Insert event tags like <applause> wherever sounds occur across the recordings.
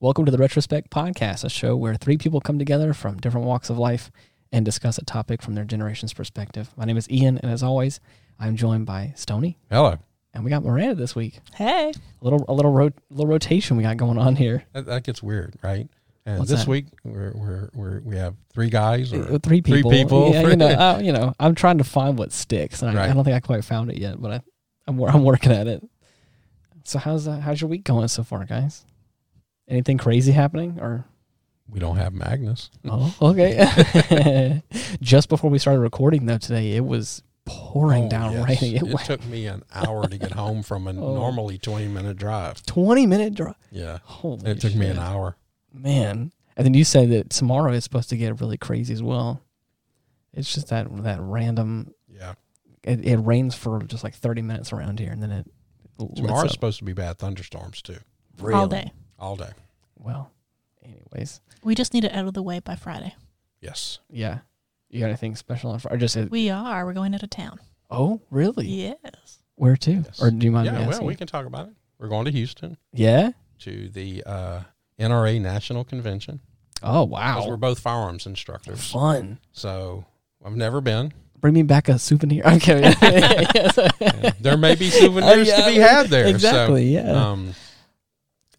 Welcome to the Retrospect Podcast, a show where three people come together from different walks of life and discuss a topic from their generation's perspective. My name is Ian, and as always, I'm joined by Stony, Hello. and we got Miranda this week. Hey. A little, a little, ro- little rotation we got going on here. That, that gets weird, right? And What's this that? week we're, we're we're we have three guys Uh, or Three people. people. Yeah, you <laughs> know, I, you know, I'm trying to find what sticks, and I, I Right. don't think I quite found it yet, but I, I'm, wor- I'm working at it. So how's that, how's your week going so far, guys? Anything crazy happening or? we don't have Magnus. <laughs> Oh, okay. <laughs> Just before we started recording though today, it was pouring Oh, down yes. raining. It, It was took me an hour <laughs> to get home from a Oh. normally twenty minute drive. twenty minute drive. Yeah. Holy It took me shit. an hour. Man. And then you said that tomorrow is supposed to get really crazy as well. It's just that that random Yeah. it, it rains for just like thirty minutes around here and then it lets Tomorrow's up. supposed to be bad thunderstorms too. All Really? day. All day. Well, anyways. We just need it out of the way by Friday. Yes. Yeah. You got anything special on Friday? Or just We are. We're going out of town. oh, really? Yes. Where to? Yes. Or do you mind me yeah, well asking? we can talk about it. We're going to Houston yeah. to the uh, NRA National Convention. Oh Because we're wow. both firearms instructors. Fun. So I've <laughs> never been. bring me back a souvenir. <laughs> Okay. Yes. And there may be Uh, souvenirs Yeah, to be I mean, had there. So Exactly. yeah. Um,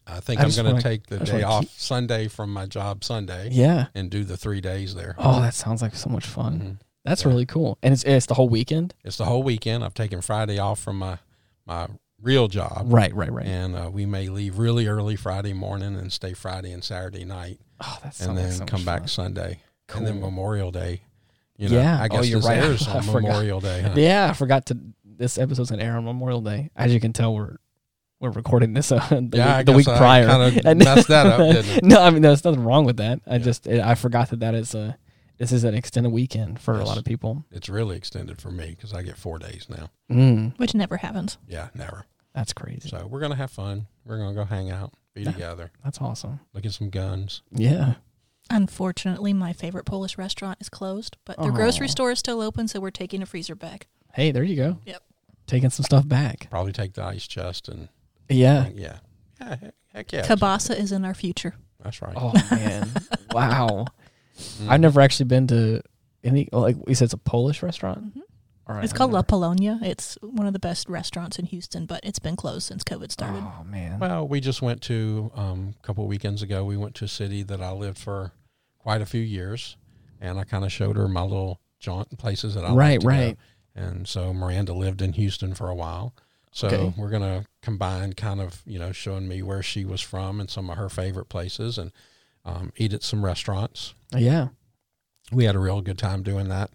I think I I am just going wanna- to take the I just day wanna off keep- Sunday from my job Sunday yeah. and do the three days there. Oh, that sounds like so much fun. Mhm. That's Uh-huh. Yeah. really cool. And it's it's the whole weekend. It's the whole weekend. I've taken Friday off from my my real job, Right. Right. Right. and uh, we may leave really early Friday morning and stay Friday and Saturday night, Oh, that sounds and like then so much come back fun. Sunday, Cool. and then Memorial Day. You know, Yeah. I Oh, guess you're this right. <laughs> airs I on forgot. Memorial Day. Huh? Yeah, I forgot to. This episode's gonna air on Memorial Day. As you can tell, we're we're recording this <laughs> on the, Yeah, week- I the guess week I prior. <laughs> kinda And- messed that <laughs> up, didn't no, I mean there's nothing wrong with that. I Yeah. just it, I forgot that that is a this is an extended weekend for a Yes. lot of people. It's really extended for me because I get four days now. Mm, Which never happens. Yeah, never. that's crazy. So we're gonna have fun. We're gonna go hang out, be Yeah. together, That's awesome. look at some guns. Yeah. Unfortunately, my favorite Polish restaurant is closed, but their grocery Aw. store is still open, so we're taking a freezer back. Hey, there you go. Yep. Taking some stuff back. Probably take the ice chest and Yeah. yeah, yeah, heck, heck yeah, Kabasa is in our future. That's right. Oh man, <laughs> wow! Mm. I've never actually been to any. oh, Like you said, it's a Polish restaurant. Oh, Mhm. All right, It's I've called La never- Polonia. It's one of the best restaurants in Houston, but it's been closed since COVID started. Oh man, Well, we just went to um, a couple of weekends ago. We went to a city that I lived for quite a few years, and I kind of showed her my little jaunt places that I like Right, to go. right. And so Miranda lived in Houston for a while. So Okay. we're gonna combine kind of you know showing me where she was from and some of her favorite places and um, eat at some restaurants. yeah, we had a real good time doing that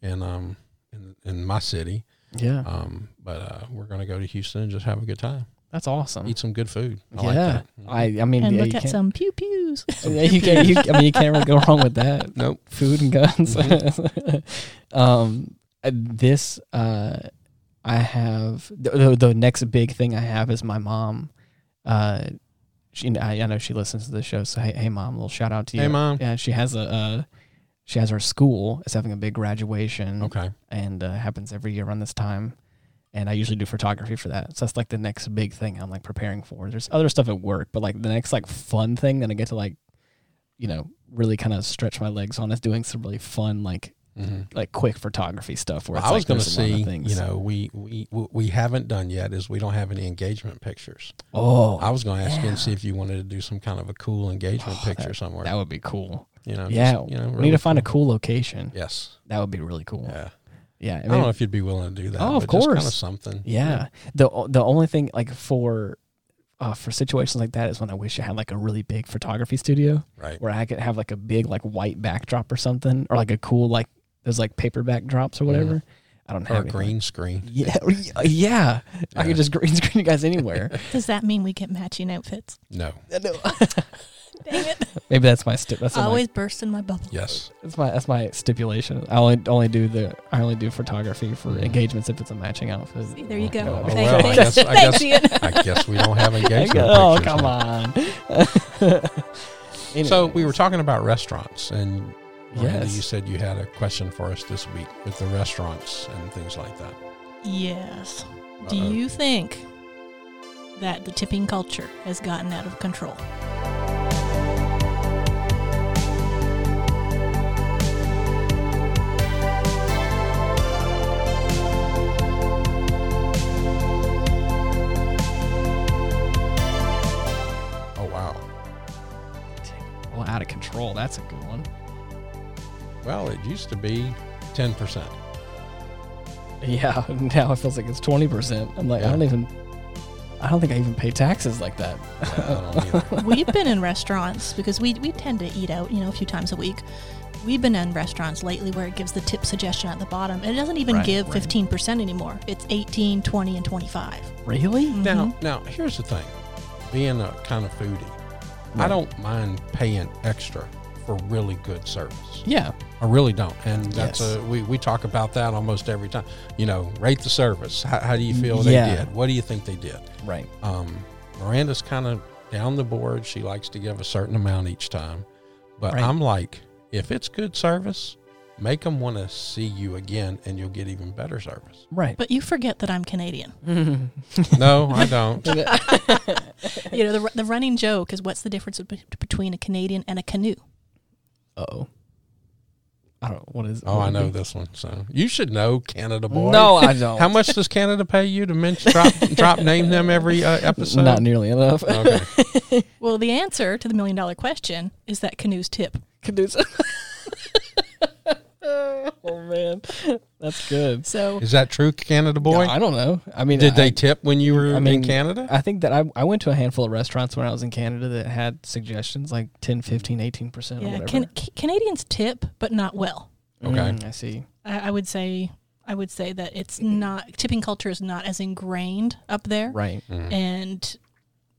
in um in, in my city. yeah, Um, but uh, we're gonna go to Houston and just have a good time, that's awesome. eat some good food. I like yeah, that. Mm-hmm. I, I mean, and yeah, look you at can't, some pew pews. <laughs> yeah, you can't, you, I mean, you can't really go <laughs> wrong with that. nope. Mm-hmm. Food and guns. <laughs> um, uh, this uh, I have the, the the next big thing I have is my mom. Uh, she, I, I know she listens to the show, so hey, hey, mom, a little shout out to you. Hey, mom. Yeah, she has a uh, she has her school is having a big graduation, Okay. and uh, happens every year around this time. And I usually do photography for that, so that's like the next big thing I'm like preparing for. There's other stuff at work, but like the next like fun thing that I get to like, you know, really kind of stretch my legs on is doing some really fun like hmm like quick photography stuff. Where it's I was like, gonna there's a lot of see. things. You know, we we what we haven't done yet is we don't have any engagement pictures. oh, I was gonna ask you yeah. and see if you wanted to do some kind of a cool engagement Oh, picture somewhere. that would be cool. you know. yeah, just, you know. we really need to find a cool location. Yes. That would be really cool. Yeah, Yeah. yeah. I don't know if you'd be willing to do that. Oh, of but just course. kind of something. Yeah. The o- the only thing like for uh, for situations like that is when I wish I had like a really big photography studio Right. where I could have like a big like white backdrop or something or like a cool like those like paper backdrops or whatever. I don't Or a have anything. green screen. Yeah, or- yeah, yeah. I Yeah. could just green <laughs> screen you guys anywhere. Does that mean we get matching <laughs> outfits? No. No. Dang it. Maybe that's my sti- that's I in my, always burst in my bubble. Yes. that's my that's my stipulation. I only only do the I only do photography for Mhm. engagements if it's a matching outfit. See, there you go. Oh, <laughs> Thank- well, I thanks, guess- I thanks, guess- Ian. I guess we <laughs> don't have engagement oh, pictures. come yet. on. <laughs> So Anyways. we were talking about restaurants, and Miranda, Yes. you said you had a question for us this week with the restaurants and things like that. Yes. Do Uh-oh. you think that the tipping culture has gotten out of control? Oh, Well, out of control. That's a good one. Well, it used to be 10%. Yeah. <laughs> Now it feels like it's twenty percent. I'm like, I Yeah. don't even. I don't think I even pay taxes like that. I <laughs> don't either. We've been in restaurants because we, we tend to eat out, you know, a few times a week. We've been in restaurants lately where it gives the tip suggestion at the bottom. and It doesn't even Right, give right. 15% anymore. It's 18, 20, and Mm-hmm. 25. Really? Now, now here's the thing. Being a kind of foodie, I Right. don't mind paying extra for really good service. Yeah. I really don't, and that's Yes. a we, we talk about that almost every time. You know, rate the service. How, how do you feel Yeah. they did? What do you think they did? Right. Um, Miranda's kind of down the board. She likes to give a certain amount each time, but Right. I'm like, if it's good service, make them want to see you again, and you'll get even <laughs> better service. Right. But you forget that I'm Canadian. no, I don't. you know, the, the running joke is what's the difference be- between a Canadian and a canoe? oh. I don't. What is? Oh, what I would know be- this one. So you should know Canada boy. No, I don't. How much does Canada pay you to mention drop <laughs> drop name them every uh, episode? Not nearly enough. <laughs> okay. Well, the answer to the million dollar question is that canoe's tip. Can do so- <laughs> oh man, that's good. So Is that true, Canada boy? Yeah, I don't know. I mean, Did I, they tip when you were I mean, in Canada? I think that I, I went to a handful of restaurants when I was in Canada that had suggestions like 10, 15, 18% or yeah, whatever. can, ca- Canadians tip, but not well. Okay. Mm, I see. I, I would say I would say that it's not tipping culture is not as ingrained up there, Mm-hmm. Right. Mm. and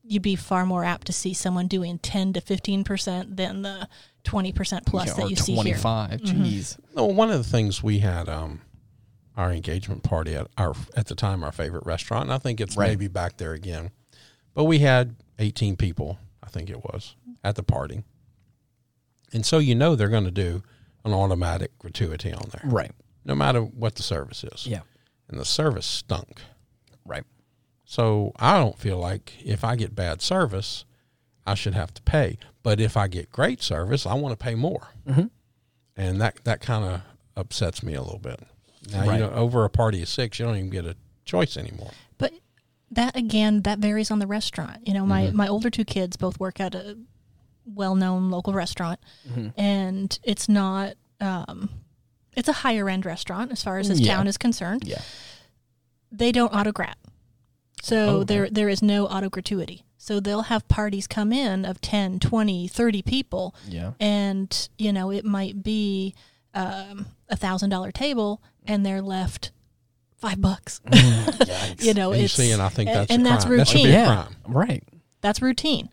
you'd be far more apt to see someone doing ten to fifteen percent than the twenty percent plus Yeah, that or you see here. 25. Mhm. Jeez. Well, one of the things we had um, our engagement party at our at the time our favorite restaurant. And I think it's Right. maybe back there again, but we had eighteen people. I think it was at the party, and so you know they're going to do an automatic gratuity on there. Right. no matter what the service is. Yeah. And the service stunk. Right. So I don't feel like if I get bad service, I should have to pay. But if I get great service, I want to pay more. Mm-hmm. Mhm. And that, that kind of upsets me a little bit. Now, Right. you know, over a party of six, you don't even get a choice anymore. But that again, that varies on the restaurant. You know, my Mm-hmm. my older two kids both work at a well-known local restaurant, Mm-hmm. and it's not. Um, it's a higher end restaurant as far as this Yeah. town is concerned. Yeah. they don't autograt. So Oh, there there is no auto gratuity. So they'll have parties come in of 10, 20, 30 people <laughs> Yeah. and you know it might be um, a thousand dollar table and they're left <laughs> five bucks. you know, And you it's see, and I think and- that's and a that's crime. That should be routine. a Yeah. crime. Right. that's routine. Mm-hmm.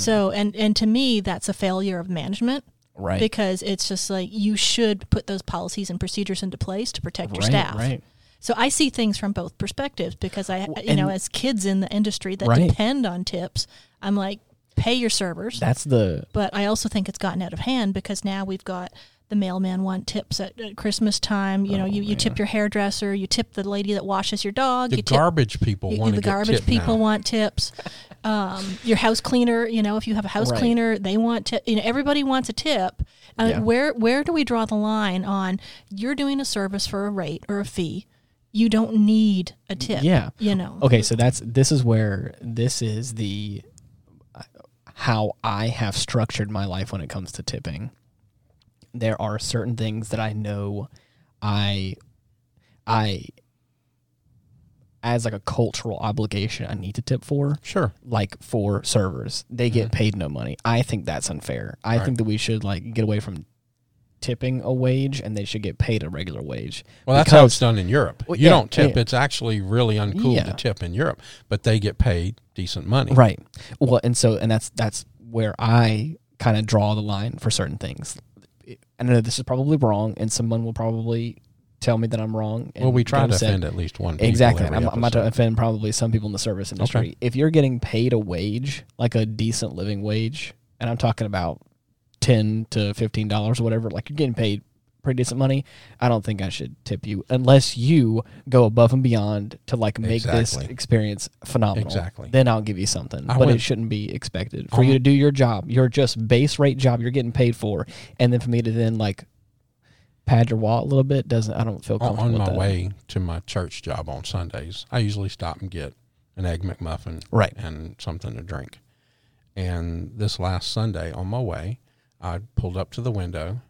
So and and to me that's a failure of management Right. because it's just like you should put those policies and procedures into place to protect your right. staff. Right. So I see things from both perspectives because I, Well, you know, and- as kids in the industry that Right. depend on tips, I'm like, pay your servers. That's the. but I also think it's gotten out of hand because now we've got the mailman want tips at, at Christmas time. You know, Oh, you, you tip your hairdresser, you tip the lady that washes your dog, The you tip garbage people you- want to the get garbage tipped people now. want tips. <laughs> Um, your house cleaner, you know, if you have a house Right. cleaner, they want to. You know, everybody wants a tip. Uh, Yeah. Where where do we draw the line on you're doing a service for a rate or a fee? You don't need a tip. Yeah. You know. Okay. So that's. This is where. This is the. How I have structured my life when it comes to tipping. There are certain things that I know I. I. As like a cultural obligation, I need to tip for. Sure. like for servers. They get paid no money. I think that's unfair. I Mm-hmm. Right. think that we should like get away from tipping a wage and they should get paid a regular wage. Well, that's how it's done in Europe. Well, you yeah, don't tip. yeah. It's actually really uncool Yeah. to tip in Europe, but they get paid decent money. right. Well, and so and that's that's where I kind of draw the line for certain things. I know this is probably wrong, and someone will probably tell me that I'm wrong. And Well, we try get to upset. offend at least one. people Exactly. every I'm, I'm about to episode. offend probably some people in the service industry. If you're getting paid a wage, like a decent living wage, and I'm talking about ten to fifteen dollars or whatever, like you're getting paid pretty decent money, I don't think I should tip you unless you go above and beyond to like make this Exactly. experience phenomenal. Exactly. Then I'll give you something. I but it went- shouldn't be expected. I For you to went- do your job, your just base rate job you're getting paid for, and then for me to then like pad your wallet a little bit doesn't I don't feel On, comfortable on with my that. way to my church job on Sundays, I usually stop and get an egg McMuffin Right. and something to drink. And this last Sunday on my way, I pulled up to the window,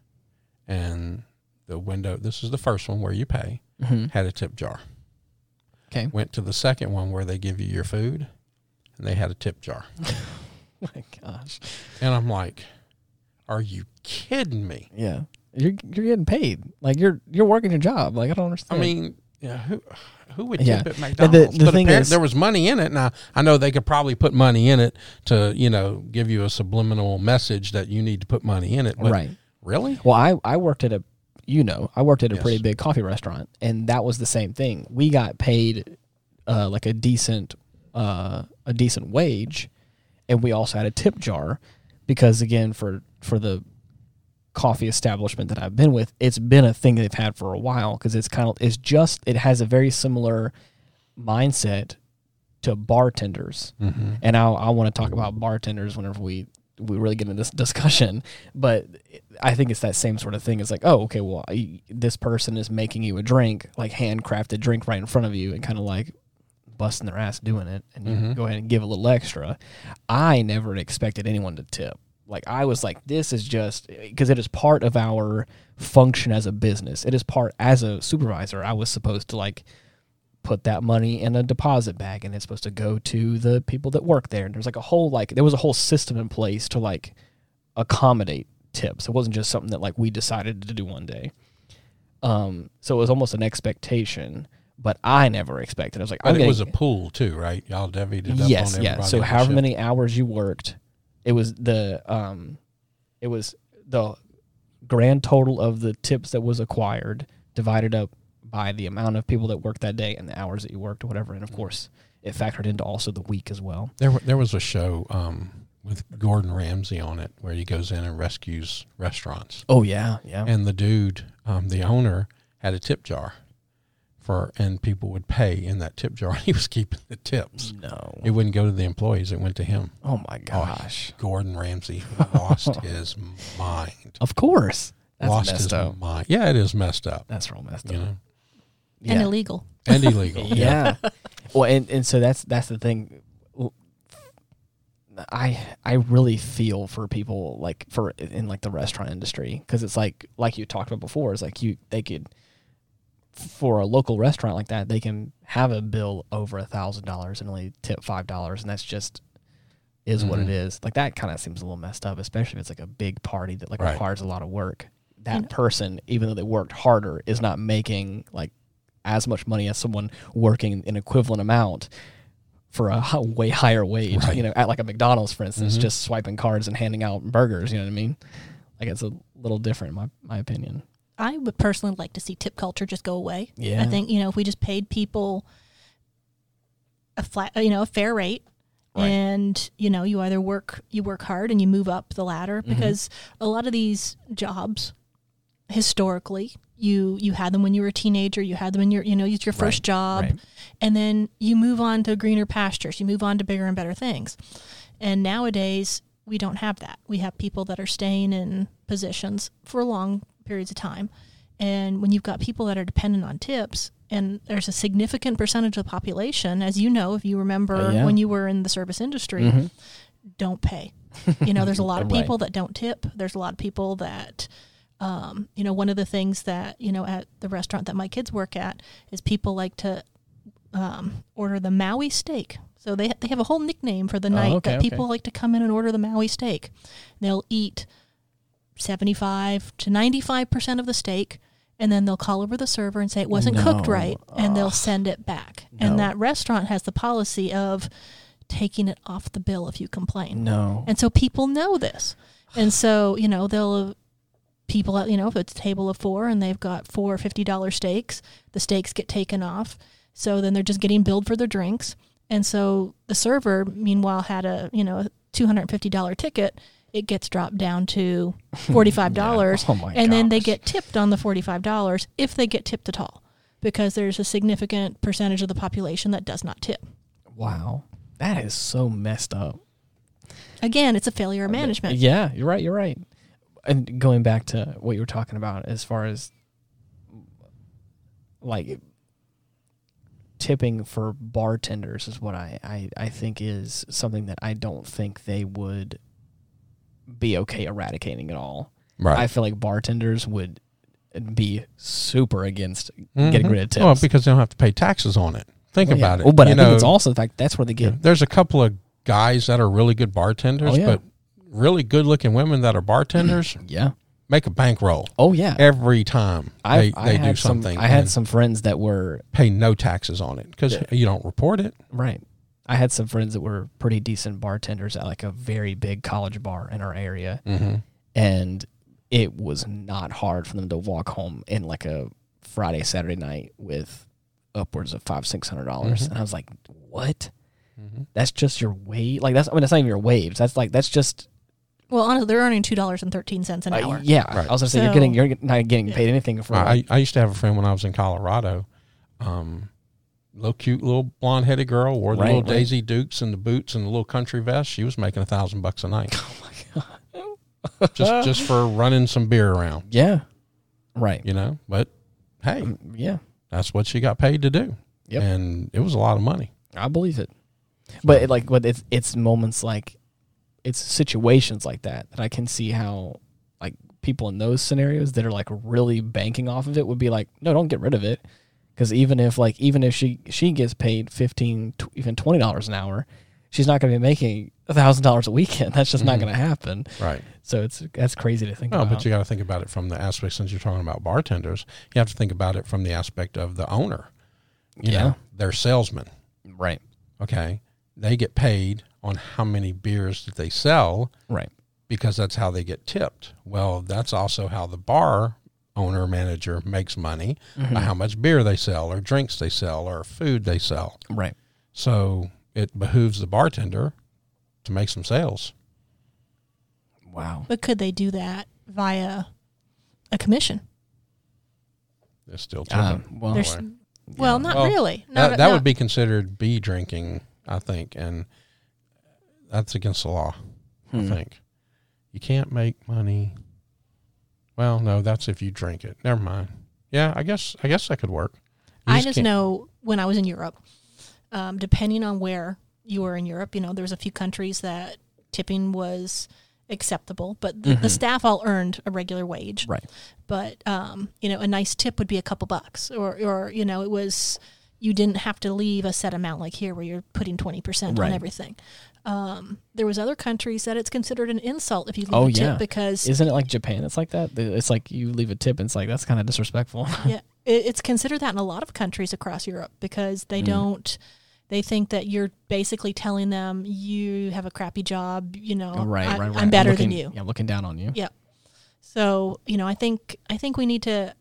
and the window. This is the first one where you pay. <laughs> Mm-hmm. Had a tip jar. Okay. Went to the second one where they give you your food, and they had a tip jar. My gosh. And I'm like, "Are you kidding me?" Yeah. You're you're getting paid. Like you're you're working your job. Like I don't I understand. mean, yeah, who who would Yeah. tip at the McDonald's? but thing apparent- is- there was money in it. Now I know they could probably put money in it to you know give you a subliminal message that you need to put money in it. But right. Really? Well, I, I worked at a, you know, I worked at a Yes. pretty big coffee restaurant, and that was the same thing. We got paid uh, like a decent, uh, a decent wage, and we also had a tip jar, because again, for for the coffee establishment that I've been with, it's been a thing that they've had for a while because it's kind of it's just it has a very similar mindset to bartenders Mm-hmm. and I, I want to talk about bartenders whenever we we really get into this <laughs> discussion. But I think it's that same sort of thing. It's like, oh, okay, well, I, this person is making you a drink, like handcrafted drink right in front of you, and kind of like busting their ass doing it, and you Mhm. go ahead and give a little extra. I never expected anyone to tip. Like I was like, this is just because it is part of our function as a business. It is part as a supervisor. I was supposed to like put that money in a deposit bag and it's supposed to go to the people that work there and there's like a whole like there was a whole system in place to like accommodate tips it wasn't just something that like we decided to do one day um so it was almost an expectation but i never expected i was like But i'm it getting was a pool too, right? Y'all divvied it up. yes on yeah everybody so else's however shift. many hours you worked it was the um it was the grand total of the tips that was acquired divided up by the amount of people that worked that day and the hours that you worked or whatever and of course it factored into also the week as well There, wa- there was a show um, with Gordon Ramsay on it where he goes in and rescues restaurants, oh yeah yeah and the dude, um, the owner, had a tip jar for, and people would pay in that tip jar. <laughs> He was keeping the tips. no It wouldn't go to the employees. It went to him. oh my gosh Gordon Ramsay <laughs> lost his mind. of course that's lost messed his up mind. Yeah, it is messed up. that's real messed You up <laughs> know, yeah and illegal. and illegal. <laughs> yeah. well, and, and so that's that's the thing. I I really feel for people like for in like the restaurant industry because it's like like you talked about before is like you they could for a local restaurant like that they can have a bill over a thousand dollars and only tip five dollars and that's just is what it Mhm. is like that kind of seems a little messed up especially if it's like a big party that like Right. requires a lot of work that And- person even though they worked harder is not making like as much money as someone working an equivalent amount for a hi- way higher wage. Right. You know, at like a McDonald's, for instance, Mhm. just swiping cards and handing out burgers. You know what I mean? Like it's a little different, in my my opinion. I would personally like to see tip culture just go away. Yeah. I think you know if we just paid people a flat, you know, a fair rate, Right. and you know you either work you work hard and you move up the ladder Mhm. because a lot of these jobs historically you you had them when you were a teenager you had them in your you know it's your first Right, job right. and then you move on to greener pastures you move on to bigger and better things and nowadays we don't have that we have people that are staying in positions for long periods of time and when you've got people that are dependent on tips, and there's a significant percentage of the population, as you know, if you remember Uh, yeah. Mm-hmm. when you were in the service industry, don't pay. You know, there's a lot <laughs> of Right. people that don't tip. There's a lot of people that, um, you know, one of the things that, you know, at the restaurant that my kids work at is people like to um, order the Maui steak. So they, they have a whole nickname for the night Oh, okay, that okay. people like to come in and order the Maui steak. They'll eat 75 to 95% of the steak and then they'll call over the server and say it wasn't cooked No. right and they'll send it back No. and that restaurant has the policy of taking it off the bill if you complain No. and so people know this and so you know they'll people at you know if it's a table of four and they've got four fifty dollar steaks the steaks get taken off so then they're just getting billed for their drinks and so the server meanwhile had a you know $250 ticket it gets dropped <laughs> down to $45 Oh my and then they gosh. get tipped on the $45 if they get tipped at all because there's a significant percentage of the population that does not tip wow. That is so messed up. again it's a failure of management Yeah, you're right. You're right. And going back to what you were talking about, as far as like tipping for bartenders is what I, I, I think is something that I don't think they would be okay eradicating it all. Right. I feel like bartenders would be super against getting Mhm. rid of tips. Well, because they don't have to pay taxes on it. Think Well, yeah. about it. Well, but you I know, think it's also the fact that's where they get. There's a couple of guys that are really good bartenders, Oh, yeah. but really good looking women that are <clears throat> bartenders Yeah. make a bankroll Oh yeah. every time I, they, I they had do something. Some, I had and some friends that were pay no taxes on it because Yeah. you don't report it. right. I had some friends that were pretty decent bartenders at like a very big college bar in our area, Mm-hmm. and it was not hard for them to walk home in like a Friday Saturday night with upwards of five six hundred dollars, Mhm. and I was like, what? Mhm. That's just your wage. Like that's I mean that's not even your waves. That's like that's just Well, honestly, they're earning two dollars and thirteen cents an uh, hour. yeah. Right. I was gonna say you're So- getting you're not getting paid anything for like, I, I used to have a friend when I was in Colorado. Um, little cute little blonde headed girl wore the Right, little right. Daisy Dukes and the boots and the little country vest. She was making a thousand bucks <laughs> a night. Oh, just just for running some beer around, yeah, right. Mm, you know. But hey, Yeah, that's what she got paid to do. Um, Yep. And it was a lot of money. I believe it. But it, like, but it's it's moments like it's situations like that that I can see how like people in those scenarios that are like really banking off of it would be like, no, don't get rid of it, because even if like even if she she gets paid fifteen tw- even twenty dollars an hour, she's not going to be making a thousand dollars a weekend. <laughs> That's just not Mhm. going to happen. Right. So it's that's crazy to think No, about. but you got to think about it from the aspect, since you're talking about bartenders, you have to think about it from the aspect of the owner. You Yeah. know, they're salesmen. right, Okay. They get paid on how many beers that they sell right, because that's how they get tipped. Well, that's also how the bar owner manager makes money by how much beer they sell or drinks they sell or food they sell. right. So it behooves the bartender to make some sales. Wow. But could they do that via a commission? They're still tipping. Um, well, There's, well, not Well, really. Not, that that not- would be considered bee drinking, I think, and that's against the law. hmm. I think you can't make money. Well, no, that's if you drink it. Never mind. Yeah, I guess I guess that could work. You I just can't- know when I was in Europe, um, depending on where you were in Europe, you know, there was a few countries that tipping was acceptable, but the, Mm-hmm. the Mhm. staff all earned a regular wage. Right. But um, you know, a nice tip would be a couple bucks, or or you know, it was you didn't have to leave a set amount like here where you're putting 20% Right. on everything. Um, there was other countries that it's considered an insult if you leave Oh, a tip yeah. because Isn't it like Japan? It's like that. The- It's like you leave a tip, and it's like that's kind of disrespectful. <laughs> yeah, it, it's considered that in a lot of countries across Europe because they Mm. don't. They think that you're basically telling them you have a crappy job. You know, Oh, right, I, right, right. I'm better looking, than you. Yeah, looking down on you. Yeah. So you know, I think I think we need to.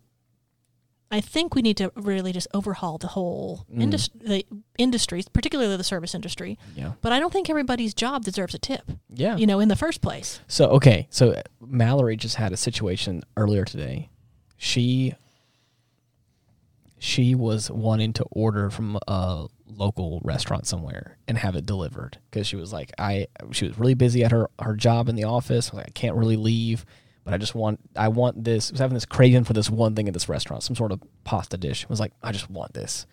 I think we need to really just overhaul the whole Mm. indus- the industries, particularly the service industry. Yeah. But I don't think everybody's job deserves a tip. Yeah. You know, in the first place. So okay, so Mallory just had a situation earlier today. She she was wanting to order from a local restaurant somewhere and have it delivered because she was like I she was really busy at her her job in the office. Like, I can't really leave, but I just want I want this. I was having this craving for this one thing at this restaurant, some sort of pasta dish. I was like I just want this,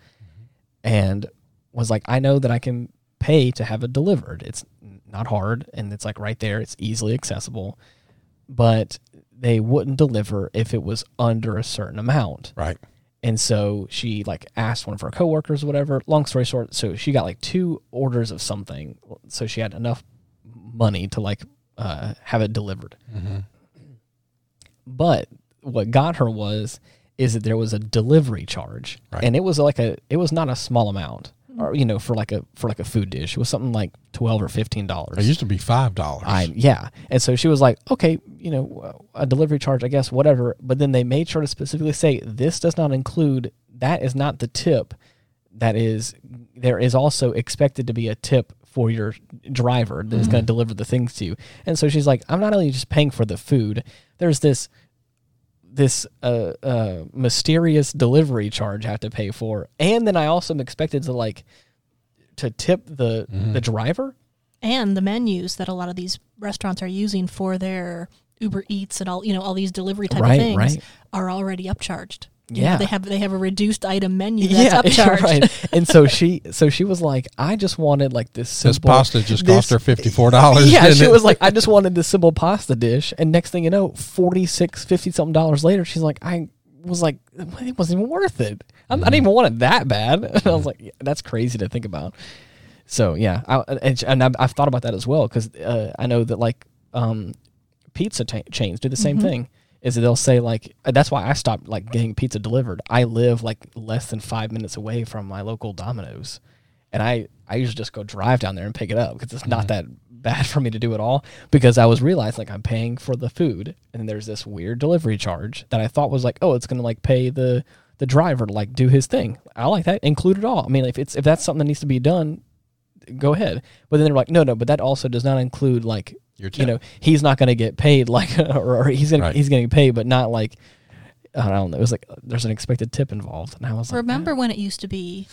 and was like I know that I can pay to have it delivered. It's not hard and it's like right there. It's easily accessible, but they wouldn't deliver if it was under a certain amount. Right. And so she like asked one of her coworkers, whatever. Long story short, so she got like two orders of something, so she had enough money to like uh, have it delivered. Mm-hmm. But what got her was is that there was a delivery charge, Right. and it was like a it was not a small amount, or you know, for like a for like a food dish, it was something like twelve or fifteen dollars. It used to be five dollars. I yeah, and so she was like, okay, you know, a delivery charge, I guess, whatever. But then they made sure to specifically say this does not include that is not the tip. That is, there is also expected to be a tip for your driver that is going to deliver the things to you. And so she's like, I'm not only just paying for the food. There's this this uh, uh, mysterious delivery charge I have to pay for, and then I also am expected to like to tip the the driver. and the menus that a lot of these restaurants are using for their Uber Eats and all you know all these delivery type Right, of things right. are already upcharged. You know, Yeah. they have they have a reduced item <laughs> menu that's upcharged. right. And so she, so she was like, I just wanted like this simple This pasta just this- cost her fifty four dollars. <laughs> Yeah, she was like, I just wanted this simple pasta dish, and next thing you know, 46 50 something dollars later, she's like, I was like, it wasn't even worth it. I'm, I Mm-hmm. didn't even want it that bad. <laughs> And I was like, yeah, that's crazy to think about. So yeah, I, and, and I've, I've thought about that as well because uh, I know that like um, pizza ta chains do the same thing. Is that they'll say like uh, that's why I stopped like getting pizza delivered. I live like less than five minutes away from my local Domino's, and I I usually just go drive down there and pick it up because it's not that bad for me to do at all. Because I was realizing like I'm paying for the food, and there's this weird delivery charge that I thought was like oh it's gonna like pay the the driver to like do his thing. I like that include it all. I mean if it's if that's something that needs to be done, go ahead. But then they're like, no, no, but that also does not include like Your tip. you know he's not going to get paid <laughs> like or, or he's going Right. to he's going to get paid, but not like I don't know. It was like there's an expected tip involved, and I was like, Remember when it used to be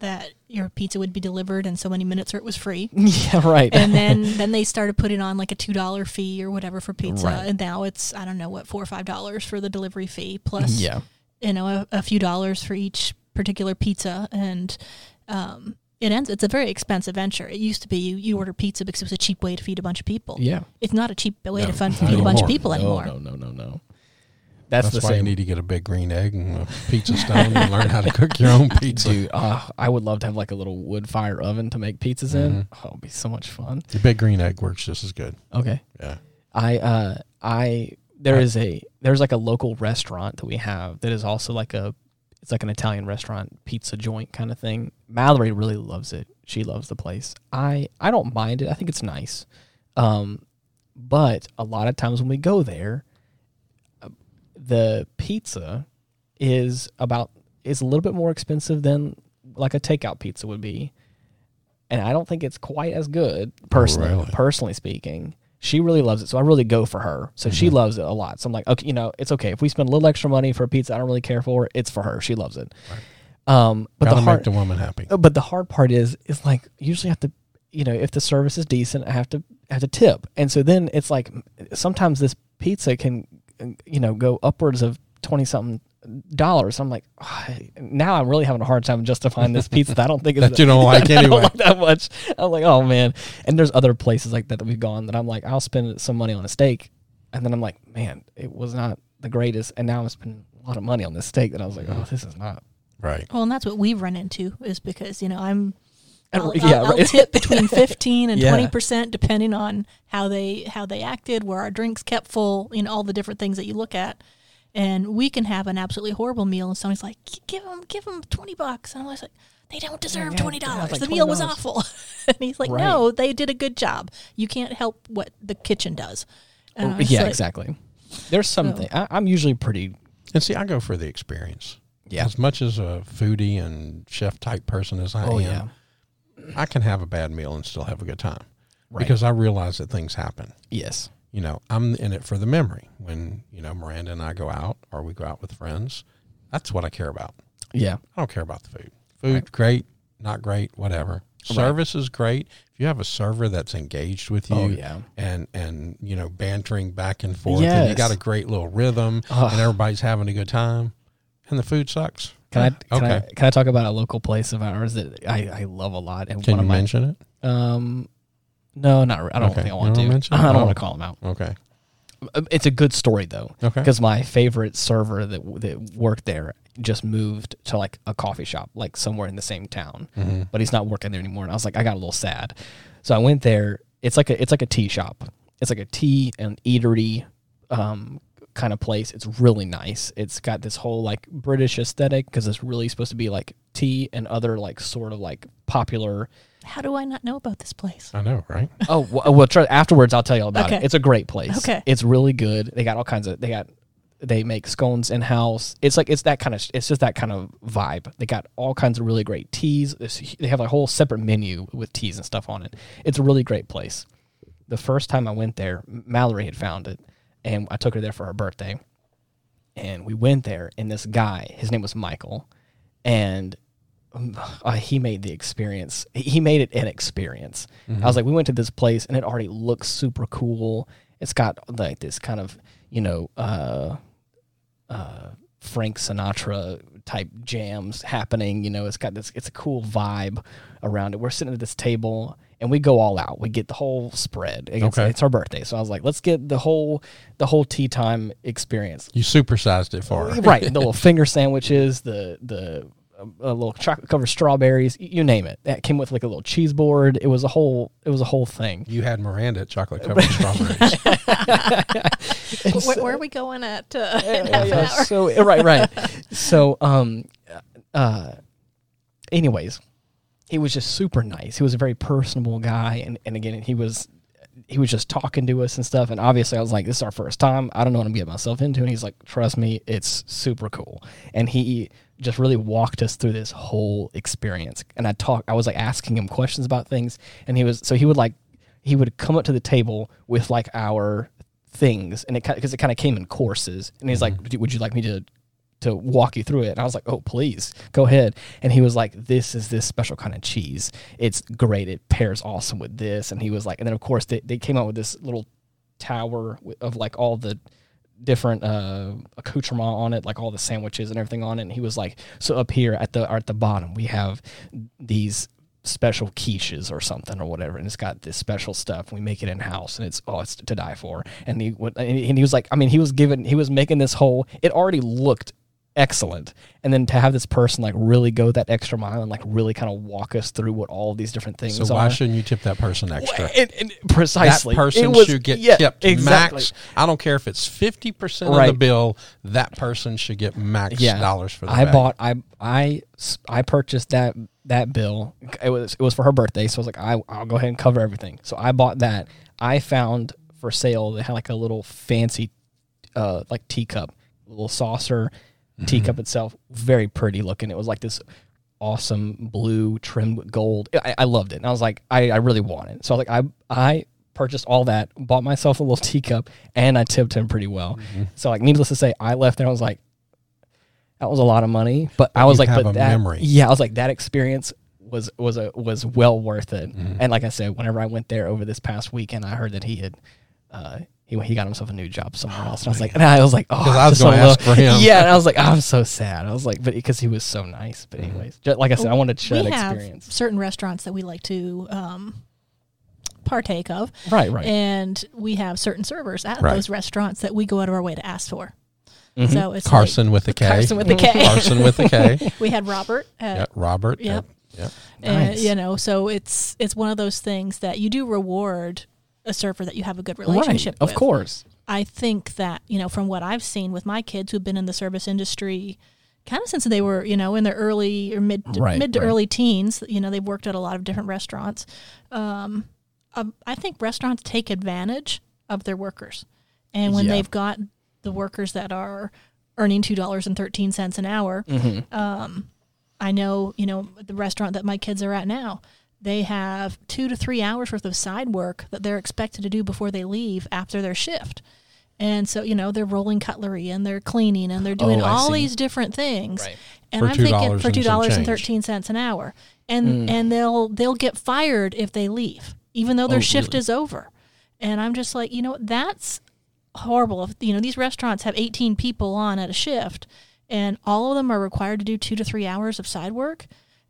that your pizza would be delivered in so many minutes or it was free? <laughs> yeah, right. <laughs> And then <laughs> then they started putting on like a two dollar fee or whatever for pizza, Right. and now it's I don't know what four or five dollars for the delivery fee plus yeah, you know a, a few dollars for each particular pizza and um it ends it's a very expensive venture it used to be you, you order pizza because it was a cheap way to feed a bunch of people yeah. it's not a cheap way No, to fund not feed a bunch anymore. of people no, anymore No, no, no, no. That's, That's the why you same. need to get a big green egg and a pizza stone and learn how to cook your own pizza. Dude, ah, I would love to have like a little wood fire oven to make pizzas in. Mm-hmm. Oh, it'd be so much fun. The big green egg works just as good. Okay. Yeah. I uh I there is a there's like a local restaurant that we have that is also like a it's like an Italian restaurant pizza joint kind of thing. Mallory really loves it. She loves the place. I I don't mind it. I think it's nice. Um but a lot of times when we go there uh, the pizza is about is a little bit more expensive than like a takeout pizza would be. And I don't think it's quite as good personally Really? personally speaking. She really loves it, so I really go for her. So she loves it a lot. So I'm like, okay, you know, it's okay if we spend a little extra money for a pizza. I don't really care for. It's for her. She loves it. Um, but Gotta the make hard, the woman happy. uh, but the hard part is, is like usually I have to, you know, if the service is decent, I have to I have to tip, and so then it's like sometimes this pizza can, you know, go upwards of twenty something dollars. I'm like, "Ah, now I'm really having a hard time justifying this pizza. that I don't <laughs> think is That you don't like <laughs> I don't anyway. like that much. I'm like, oh man. And there's other places like that that we've gone that I'm like, I'll spend some money on a steak, and then I'm like, man, it was not the greatest, and now I'm spending a lot of money on this steak that I was like, oh, this is not. Right. well and that's what we've run into is because you know i'm And- I'll, yeah, I'll- I'll right. <laughs> tip between fifteen and Yeah. twenty percent, depending on how they how they acted, where our drinks kept full, you know, all the different things that you look at. And we can have an absolutely horrible meal, and somebody's like, "Give them, give them twenty bucks," and I'm always like, "They don't deserve yeah, twenty yeah, dollars. it's like the meal was $20." awful." <laughs> and he's like, Right. "No, they did a good job. You can't help what the kitchen does." And I was Oh, yeah, like, "Oh." exactly. There's something I, I'm usually pretty. And see, I go for the experience. Yeah. As much as a foodie and chef type person as I Oh, am, I can have a bad meal and still have a good time Right. because I realize that things happen. Yes. You know, I'm in it for the memory. When, you know, Miranda and I go out or we go out with friends, that's what I care about. Yeah. I don't care about the food. Food, great, not great, whatever. Service is great. If you have a server that's engaged with you Oh, yeah. and and you know, bantering back and forth and you Yes. got a great little rhythm and everybody's having a good time and the food sucks. Can I can okay. I can I talk about a local place of ours that I, I love a lot and Can one you of my mention it? um no not re- I don't Okay. think I You want don't to mention <laughs> it? I don't Oh. want to call them out. Okay. Uh, It's a good story though Okay. because my favorite server that w- that worked there just moved to like a coffee shop like somewhere in the same town but he's not working there anymore and I was like I got a little sad so I went there it's like a it's like a tea shop it's like a tea and eatery um, kind of place. It's really nice. It's got this whole like British aesthetic because it's really supposed to be like tea and other like sort of like popular. How do I not know about this place? I know, right? Oh, well, well try, afterwards I'll tell you all about it. Okay. It's a great place. Okay. it's really good. They got all kinds of they got they make scones in house. It's like it's that kind of it's just that kind of vibe. They got all kinds of really great teas. It's- they have a whole separate menu with teas and stuff on it. It's a really great place. The first time I went there, Mallory had found it, and I took her there for her birthday and we went there and this guy his name was michael and um, uh, he made the experience he- he made it an experience i was like we went to this place and it already looks super cool it's got like this kind of you know uh uh Frank Sinatra type jams happening. You know, it's got this, it's a cool vibe around it. We're sitting at this table and we go all out. We get the whole spread. It's, Okay. it's our birthday. So I was like, let's get the whole, the whole tea time experience. You supersized it for <laughs> her. Right. The little finger sandwiches, the, the, um, a little chocolate covered strawberries, y- you name it. That came with like a little cheese board. It was a whole, it was a whole thing. You had Miranda at chocolate covered strawberries. Where, where are we going at? Uh, in Yeah, <laughs> half an yeah, hour? So eh, right, right. so um, uh, anyways, he was just super nice. He was a very personable guy, and and again, he was he was just talking to us and stuff. And obviously, I was like, "This is our first time. I don't know what I'm getting myself into." And he's like, "Trust me, it's super cool." And he just really walked us through this whole experience. And I talked. I was like asking him questions about things, and he was so he would like he would come up to the table with like our things, and it because it kind of came in courses. And he's like, "Would you like me to to walk you through it. And I was like, oh, please go ahead. And he was like, this is this special kind of cheese. It's great. It pairs awesome with this. And he was like, and then of course they, they came out with this little tower wi- of like all the different uh, accoutrement on it, like all the sandwiches and everything on it. And he was like, so up here at the, or at the bottom, we have these special quiches or something or whatever, and it's got this special stuff. We make it in house, and it's oh, it's to die for. And he went- and he and he was like, I mean, he was given, he was making this whole. It already looked excellent, and then to have this person like really go that extra mile and like really kind of walk us through what all these different things so are. why shouldn't you tip that person extra? and, and precisely, That person It was- should get yeah, tipped exactly. max. I don't care if it's fifty percent of Right. the bill. That person should get max dollars for. The I bag. bought I I s- I purchased that that bill. It was it was for her birthday, so I was like, I I'll go ahead and cover everything. So I bought that. I found for sale they had like a little fancy, uh, like teacup, little saucer, Mm-hmm. teacup itself, very pretty looking. It was like this awesome blue trimmed with gold. I, I loved it, and I was like, I, I really want it. So I was like, I I purchased all that, bought myself a little <laughs> teacup, and I tipped him pretty well. Mm-hmm. So like, needless to say, I left there. I was like, that was a lot of money, but I was you like, have but a that, memory. yeah, I was like, that experience was was a was well worth it. Mm-hmm. And like I said, whenever I went there over this past weekend, I heard that he had. Uh, he, he got himself a new job somewhere else, and I was like, and I was like, oh, 'Cause I I'm was so gonna low. ask for him. Yeah, and I was like, I'm so sad. I was like, but because he was so nice. Mm-hmm. But anyways, just, like I said, I wanted to share we that have experience. certain restaurants that we like to um, partake of, Right, right. and we have certain servers at Right. those restaurants that we go out of our way to ask for. Mm-hmm. So it's like Carson with a K. Carson with the K. Carson with a <laughs> K. we had Robert at Yeah, Robert. Yep. Yep. And, Nice. you know, so it's it's one of those things that you do reward a surfer that you have a good relationship right, with. of course. I think that, you know, from what I've seen with my kids who've been in the service industry kind of since they were, you know, in their early or mid to, Right, mid to right. early teens, you know, they've worked at a lot of different restaurants. Um, um, I think restaurants take advantage of their workers. And when Yeah. they've got the workers that are earning $2.13 an hour, I know, you know, the restaurant that my kids are at now, they have two to three hours worth of side work that they're expected to do before they leave after their shift. And so, you know, they're rolling cutlery and they're cleaning and they're doing Oh, I all see. these different things. Right. And For I'm thinking $2 for and two some dollars and change. thirteen cents an hour. Mm. And and they'll they'll get fired if they leave, even Oh, though their shift is over. And I'm just like, you know, that's horrible. If, you know, these restaurants have 18 people on at a shift, and all of them are required to do two to three hours of side work.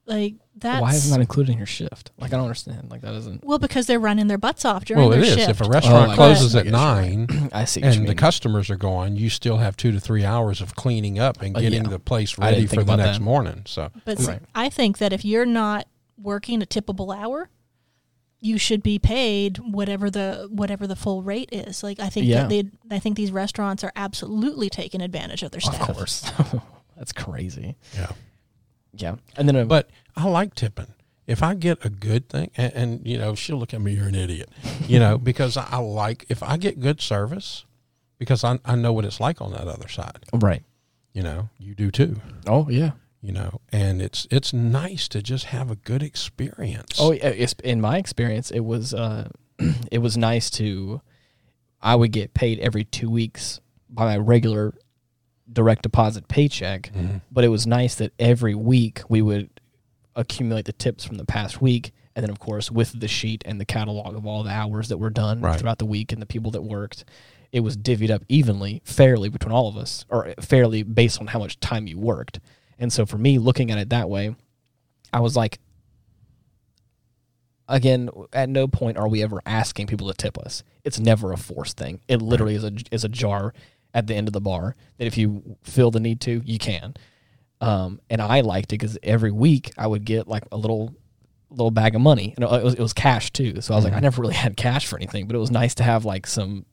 Like that's Why isn't that included in your shift? Like I don't understand. Like that isn't. well because they're running their butts off during Well, their it is. shift. If a restaurant Oh, I closes guess. at nine I see. what you and the mean. customers are gone, you still have two to three hours of cleaning up and Uh, getting yeah. the place I didn't ready think for the about next that. morning. So but s- Right. I think that if you're not working a tippable hour, you should be paid whatever the whatever the full rate is. Like I think Yeah. that they I think these restaurants are absolutely taking advantage of their of staff. course. <laughs> That's crazy. yeah. Yeah, and then uh, a, But I like tipping. If I get a good thing, and, and you know, she'll look at me, you're an idiot, <laughs> you know, because I, I like, if I get good service, because I, I know what it's like on that other side, right. you know, you do too, Oh yeah. you know, and it's, it's nice to just have a good experience. Oh, yeah, it's, in my experience, it was uh, <clears throat> it was nice to. I would get paid every two weeks by my regular direct deposit paycheck, but it was nice that every week we would accumulate the tips from the past week, And then, of course, with the sheet and the catalog of all the hours that were done Right. throughout the week and the people that worked, it was divvied up evenly, fairly between all of us, or fairly based on how much time you worked. And so, for me, looking at it that way, I was like, again, at no point are we ever asking people to tip us. It's never a forced thing. It literally is a is a jar at the end of the bar that if you feel the need to, you can. Um, and I liked it because every week I would get like a little little bag of money, and it was, it was cash too. So I was like, I never really <laughs> had cash for anything, but it was nice to have like some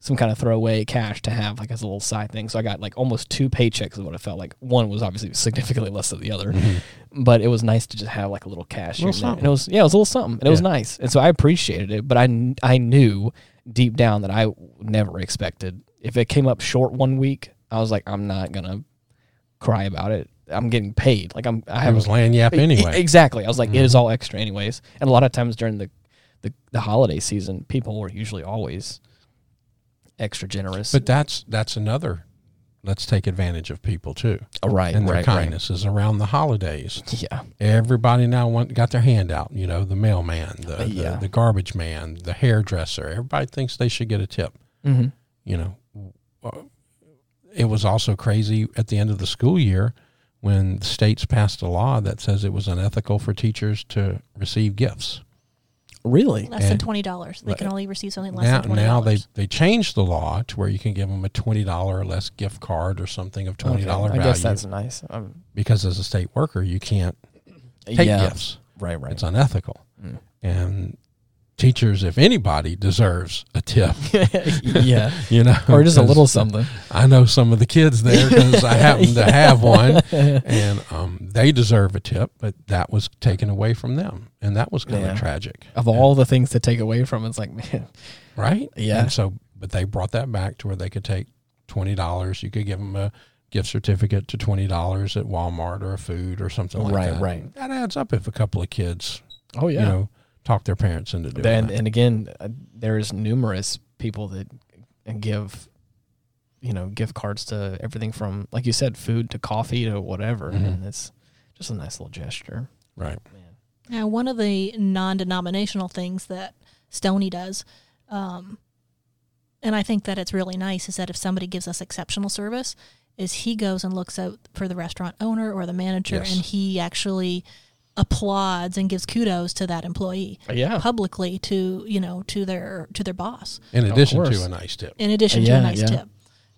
some kind of throwaway cash to have like as a little side thing. So I got like almost two paychecks is what it felt like. One was obviously significantly less than the Mm-hmm. other, but it was nice to just have like a little cash. here Little and there. And something. it was yeah, it was a little something, and it was nice. And so I appreciated it, but I kn- I knew deep down that I never expected if it came up short one week, I was like, I'm not gonna cry about it. I'm getting paid. Like I'm I I have was laying yap anyway. Mm. Exactly. I was like, it is all extra anyways. And a lot of times during the, the, the holiday season, people were usually always extra generous. But that's that's another. Let's take advantage of people too, Oh, right, and their right, right. kindnesses around the holidays. Yeah. Everybody now want, got their hand out. You know, the mailman, the, the- Yeah. the garbage man, the hairdresser. Everybody thinks they should get a tip. hmm You know, Uh, it was also crazy at the end of the school year when the states passed a law that says it was unethical for teachers to receive gifts. Really? Less than And- twenty dollars. They can only receive something less now, than twenty now they dollars. they changed the law to where you can give them a twenty dollar or less gift card or something of twenty dollar I value. guess that's nice. Um, because as a state worker, you can't take yeah. gifts. Right, right. It's unethical. Mm. And teachers, if anybody, deserves a tip. <laughs> <laughs> <laughs> yeah. You know, Or just a 'cause little something. I know some of the kids there <laughs> because I happen to have one, and um, they deserve a tip, but that was taken away from them, and that was kind Yeah. of tragic. Of all the things to take away from, it's like, man, right? <laughs> Yeah. And so, but they brought that back to where they could take twenty dollars. You could give them a gift certificate to twenty dollars at Walmart or a food or something like Right, that. right. That adds up if a couple of kids, oh, yeah. you know, talk their parents into doing and, that. and again, uh, there's numerous people that give, you know, gift cards to everything from, like you said, food to coffee to whatever. Mhm. And it's just a nice little gesture. right. Man. Now, one of the non-denominational things that Stony does, um, and I think that it's really nice, is that if somebody gives us exceptional service, is he goes and looks out for the restaurant owner or the manager, Yes. and he actually applauds and gives kudos to that employee Yeah. publicly to you know to their to their boss. In Of addition to course. a nice tip. in addition to Yeah, a nice yeah. tip.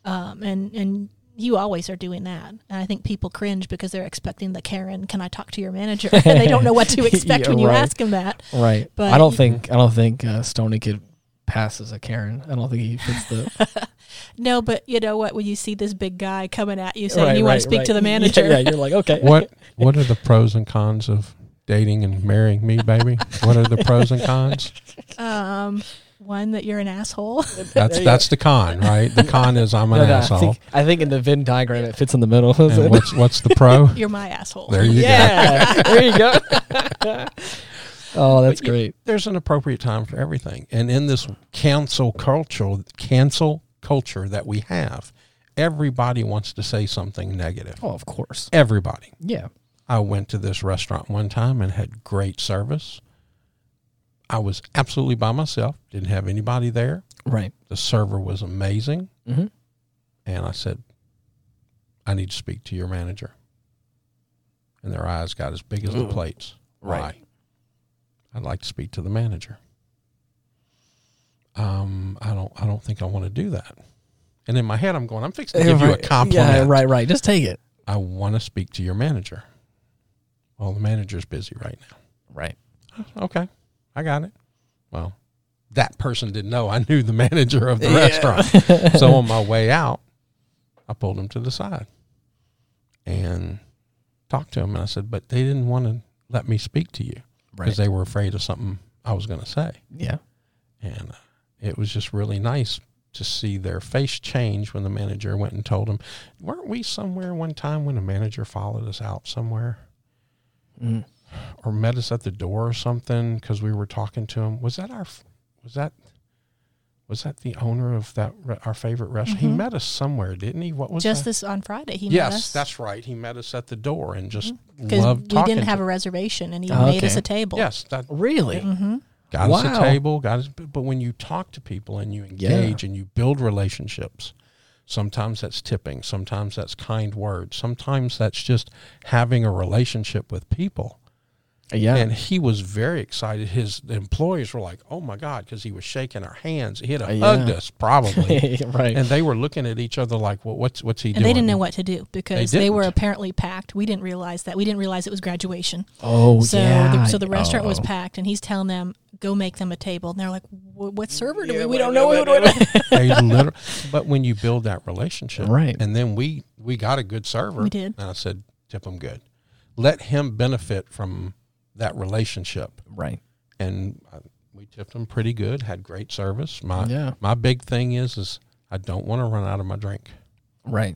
Um, and and you always are doing that. And I think people cringe because they're expecting the Karen, can I talk to your manager? <laughs> and they don't know what <laughs> to expect Yeah, when you right. ask them that. Right. But I don't you- think I don't think uh, Stony could pass as a Karen. I don't think he fits <laughs> the No, but you know what? When you see this big guy coming at you saying Right, you want right, to speak to right. the manager, <laughs> Yeah, yeah, you're like <laughs> okay. What What are the pros and cons of dating and marrying me, baby? What are the pros and <laughs> cons? um, one that you're an asshole. <laughs> That's that's the con, right? The con is I'm an No, no, I, asshole. uh, think, I think in the Venn diagram it fits in the middle. is And it? what's what's the pro? you're my asshole. There you go. yeah, <laughs> there you <laughs> go. oh, that's But you- great. there's an appropriate time for everything. And in this cancel culture, cancel culture that we have, everybody wants to say something negative. Oh, of course. Everybody. Yeah. I went to this restaurant one time and had great service. I was absolutely by myself, didn't have anybody there. Right. The server was amazing. Mhm. And I said, I need to speak to your manager. And their eyes got as big as the Ooh. plates. Right. Why? I'd like to speak to the manager. Um, I don't I don't think I want to do that. And in my head I'm going, I'm fixing to give you a compliment. Yeah, right, right. Just take it. I want to speak to your manager. Well, the manager's busy right Right. now. Okay. I got it. Well, that person didn't know I knew the manager of the Yeah. restaurant <laughs> so on my way out, I pulled him to the side and talked to him. And I said, but they didn't want to let me speak to you Right. because they were afraid of something I was going to say. Yeah. And uh, it was just really nice to see their face change when the manager went and told him, weren't we somewhere one time when the manager followed us out somewhere? Mm. or met us at the door or something because we were talking to him. Was that our? f- Was that? was that the owner of that re- our favorite restaurant? He Mhm. met us somewhere, didn't he? What was Just that? this on Friday, he yes, met us. <laughs> that's right. He met us at the door and just because loved we talking. didn't have to a reservation, and he Oh, made us okay. a table. Yes, that Really? hmm got us Wow. a table. Got us, but but when you talk to people and you Yeah. engage and you build relationships, sometimes that's tipping, sometimes that's kind words, sometimes that's just having a relationship with people. Yeah. <laughs> And he was very excited. His employees were like, "Oh my god," because he was shaking our hands. He'd have Uh, hugged yeah. <laughs> us probably. right. and they were looking at each other like, "Well, what's what's he And doing?" they didn't know what to do because they, were didn't. apparently packed. We didn't realize that. We didn't realize it was graduation. oh, so, yeah. the, so the restaurant was Oh. packed, and he's telling them, "Go make them a table." And they're like, "Wh- "What server do Yeah, we? We what- don't know." what- who it was." They <laughs> liter- but when you build that relationship, Right. And then we we got a good server. We did. And I said, "Tip him good. Let him benefit from that relationship." Right. And I, we tipped him pretty good. Had great service. My Yeah. my big thing is is I don't want to run out of my drink. Right.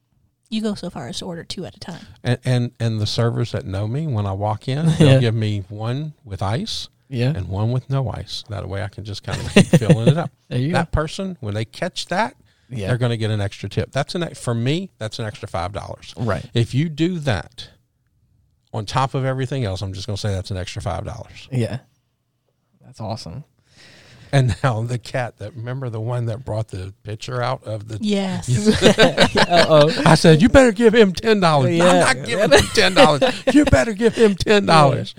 <laughs> you go so far as to order two at <laughs> a time. And, and and the servers that know me, when I walk in, they'll Yeah. give me one with ice Yeah. and one with no ice. That way, I can just <laughs> kind of keep filling it up. there you go. That person, when they catch that, Yeah. they're going to get an extra tip. That's an for me. That's an extra five dollars. Right. If you do that, on top of everything else, I'm just going to say that's an extra five dollars. <laughs> Yeah. That's awesome. <laughs> And now the cat that remember the one that brought the picture out of the. Yes. oh. I said, you better give him ten dollars. Yeah. I'm not giving him ten dollars. you better give him ten dollars.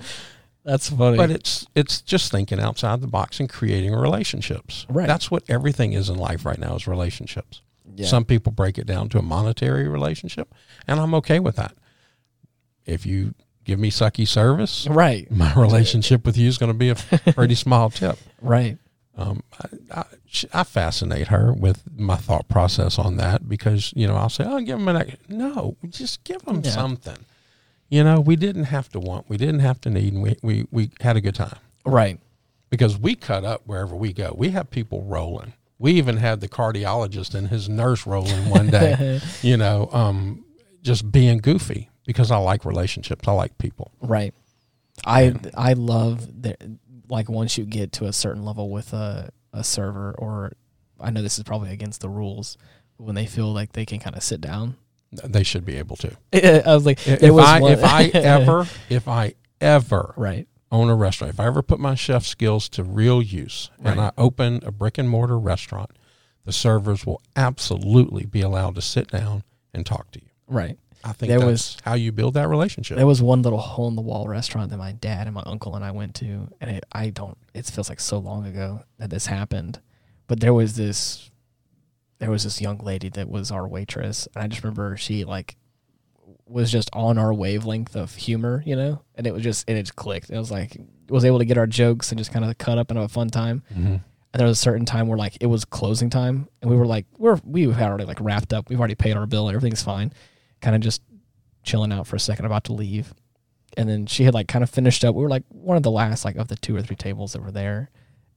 That's funny. But it's it's just thinking outside the box and creating relationships. Right. That's what everything is in life right now is relationships. yeah. Some people break it down to a monetary relationship, and I'm okay with that. If you give me sucky service, right. my <laughs> relationship with you is going to be a pretty small tip. Right. Um, I, I, she- I fascinate her with my thought process on that because you know I'll say, "Oh, give them an ex-" no, just give them Yeah. something." You know, we didn't have to want, we didn't have to need, and we we we had a good time Right. because we cut up wherever we go. We have people rolling. We even had the cardiologist and his nurse rolling one <laughs> day, you know, um, just being goofy because I like relationships. I like people. Right. I I love that. Like once you get to a certain level with a a server, or I know this is probably against the rules, but when they feel like they can kind of sit down. <laughs> They should be able to. I was like, If, there was I, one- <laughs> if I ever, if I ever right, own a restaurant, if I ever put my chef skills to real use and I Right. open a brick and mortar restaurant, the servers will absolutely be allowed to sit down and talk to you. right. I think There that's was- how you build that relationship. There was one little hole in the wall restaurant that my dad and my uncle and I went to, and it, I don't. It feels like so long ago that this happened, but there was this, there was this young lady that was our waitress, and I just remember she like was just on our wavelength of humor, you know, and it was just and it just clicked. It was like was able to get our jokes and just kind of cut up and have a fun time. Mhm. And there was a certain time where like it was closing time, and we were like, we're we've already like wrapped up. We've already paid our bill. Everything's fine. Kind of just chilling out for a second, about to leave. And then she had like kind of finished up. We were like one of the last like of the two or three tables that were there,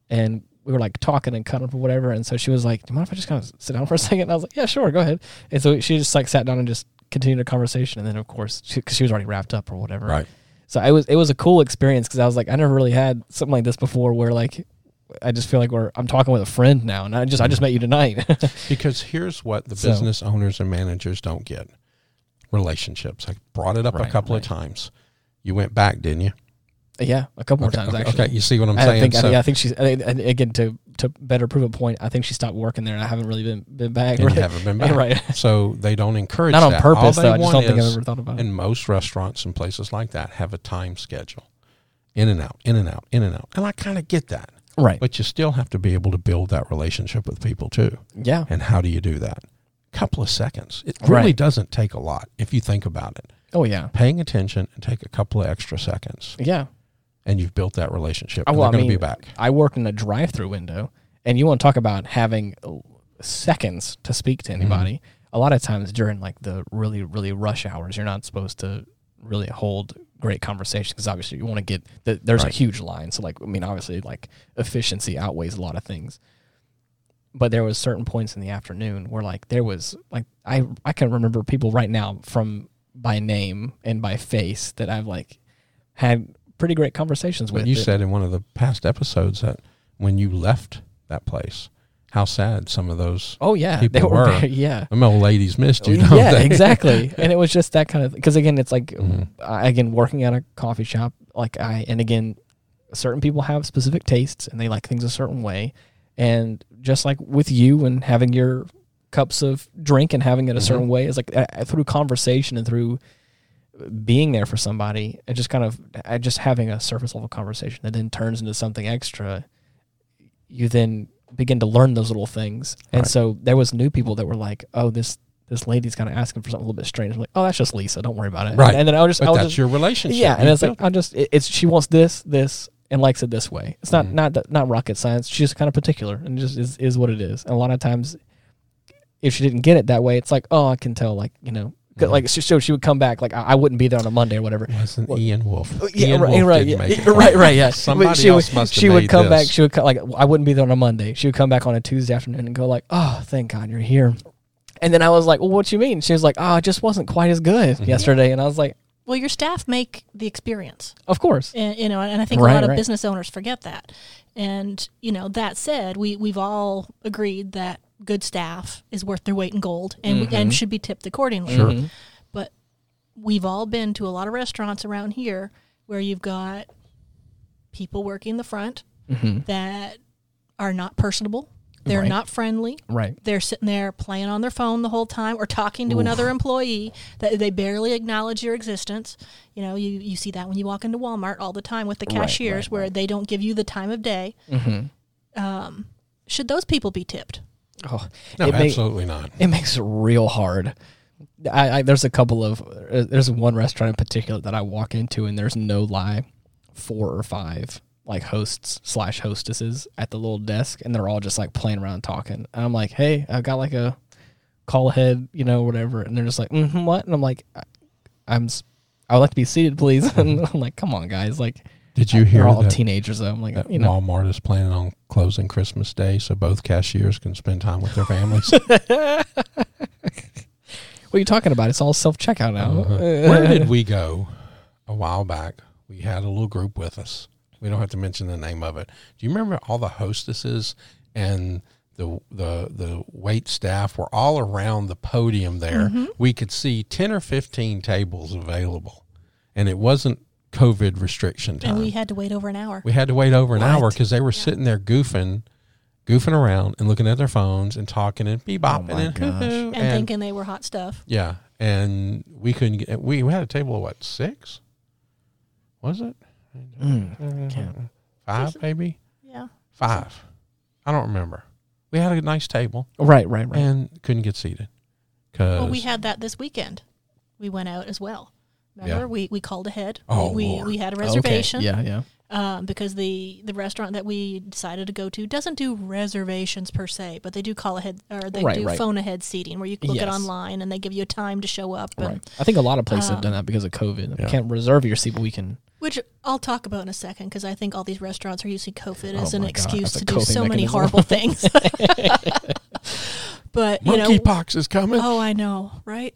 and we were like talking and cutting up or whatever. And so she was like, "Do you mind if I just kind of sit down for a <laughs> second? And I was like, "Yeah, sure, go ahead." And so she just like sat down and just continued a conversation. And then of course, because she, was already wrapped up or whatever, Right. so I was it was a cool experience because I was like I never really had something like this before where like I just feel like we're I'm talking with a friend now and I just I just met you tonight. <laughs> Because here's what the So- business owners and managers don't get relationships. I brought it up a Right, couple right. of times. You went back, didn't you? yeah, a couple more okay, times okay, actually. okay, you see what I'm I saying? think So- I, yeah, I think she's I think- and again to to better prove a point. I think she stopped working there and I haven't really been been back. and <laughs> you really. haven't been back. Right. So they don't encourage Not on that. purpose though. All they I just want don't think I've is- ever thought about it. And most restaurants and places like that have a time schedule. In and out, in and out, in and out. And I kind of get that. Right. But you still have to be able to build that relationship with people too. Yeah. And how do you do that? couple of seconds. It really Right. doesn't take a lot if you think about it. Oh yeah. Paying attention and take a couple of extra seconds. Yeah. and you've built that relationship. Oh, and well, they're I going to be mean- back. I worked in a drive-through window, and you want to talk about having seconds to speak to anybody. A lot of times during like the really really rush hours, you're not supposed to really hold great conversations because obviously you want to get the, there's Right. a huge line. So like I mean, obviously like efficiency outweighs a lot of things. But there was certain points in the afternoon where like there was like I I can remember people right now from by name and by face that I've like had pretty great conversations But with. you that- said in one of the past episodes that when you left that place, how sad some of those Oh yeah, People they were. were. very- <laughs> yeah. them old ladies missed you. Don't yeah, they? <laughs> exactly. And it was just that kind of because again, it's like Mhm. I again working at a coffee shop. Like I and again, certain people have specific tastes and they like things a certain way. And just like with you and having your cups of drink and having Mm-hmm. it a certain way is like I, I- through conversation and through being there for somebody and just kind of I just having a surface level conversation that then turns into something extra. You then begin to learn those little things, and Right. so there was new people that were like, "Oh, this this lady's kind of asking for something a little bit strange." I'm like, "Oh, that's just Lisa. Don't worry about it." Right. and then I was just, I But was that's just your relationship. yeah, and You it's like I just it, it's she wants this this and likes it this way. It's not Mhm. not that not rocket science. She's kind of particular and just is is what it is. And a lot of times, if she didn't get it that way, it's like oh I can tell like you know 'cause, Mhm. like so- so she would come back like I, I wouldn't be there on a Monday or whatever. wasn't Well, Ian Wolf. Oh, Yeah, Ian right, Wolf right, didn't yeah, <laughs> make it. right, right, yeah. But Somebody she else would, must have She would made come back. this. She would co- like I wouldn't be there on a Monday. She would come back on a Tuesday afternoon and go like, "Oh, thank God you're here." And then I was like, "Well, what you mean?" She was like, "Oh, it just wasn't quite as good Mm-hmm. yesterday." And I was like, Well, your staff make the experience. "Of course, and, you know and i think Right, a lot of right. business owners forget that and you know that said we we've all agreed that good staff is worth their weight in gold and Mm-hmm. and should be tipped accordingly Sure. Mhm. but we've all been to a lot of restaurants around here where you've got people working the front Mm-hmm. that are not personable they're Right. not friendly right, they're sitting there playing on their phone the whole time or talking to another employee that they barely acknowledge your existence you know you, you see that when you walk into walmart all the time with the Right, right, cashiers where they don't give you the time of day Mhm. um, should those people be tipped oh, No, it may- absolutely not. it makes it real hard. I, I there's a couple of uh, there's one restaurant in particular that I walk into and there's no lie, four or five like hosts slash hostesses at the little desk and they're all just like playing around talking and I'm like hey I've got like a call ahead you know whatever and they're just like mm what and I'm like I, I'm s- I would like to be seated please <laughs> and I'm like come on guys like Did Mm-hmm. you hear they're all that, teenagers though I'm like that you know Walmart is planning on closing Christmas Day so both cashiers can spend time with their families? what are you talking about it's all self checkout now Uh-huh. Where did we go a while back? We had a little group with us. We don't have to mention the name of it. Do you remember all the hostesses and the the the wait staff were all around the podium there? Mm-hmm. We could see ten or fifteen tables available, and it wasn't COVID restriction time. and we We, had to wait over an hour had to wait over an hour 'cause hour What? because they were sitting there goofing. Goofing around and looking at their phones and talking and bebopping Oh my and, gosh. hoo-hoo and, thinking they were hot stuff yeah, and we couldn't get. We, we had a table of what six? Was it <laughs> Mm, can't. five? Maybe yeah five. I don't remember. We had a nice table right right right and couldn't get seated because well we had that this weekend we went out as well remember we, we called ahead Oh, we, we, Lord. we had a Okay, reservation yeah yeah um, because the the restaurant that we decided to go to doesn't do reservations per se, but they do call ahead or they Right, do right. phone ahead seating where you can look it Yes. online and they give you a time to show up. And, Right. I think a lot of places Um, have done that because of COVID. Yeah. You can't reserve your seat, but we can. Which I'll talk about in a second because I think all these restaurants are using COVID Oh as an my God, excuse that's a to do coping so many mechanism. horrible <laughs> things. <laughs> but you know, monkeypox is coming. oh, I know, right?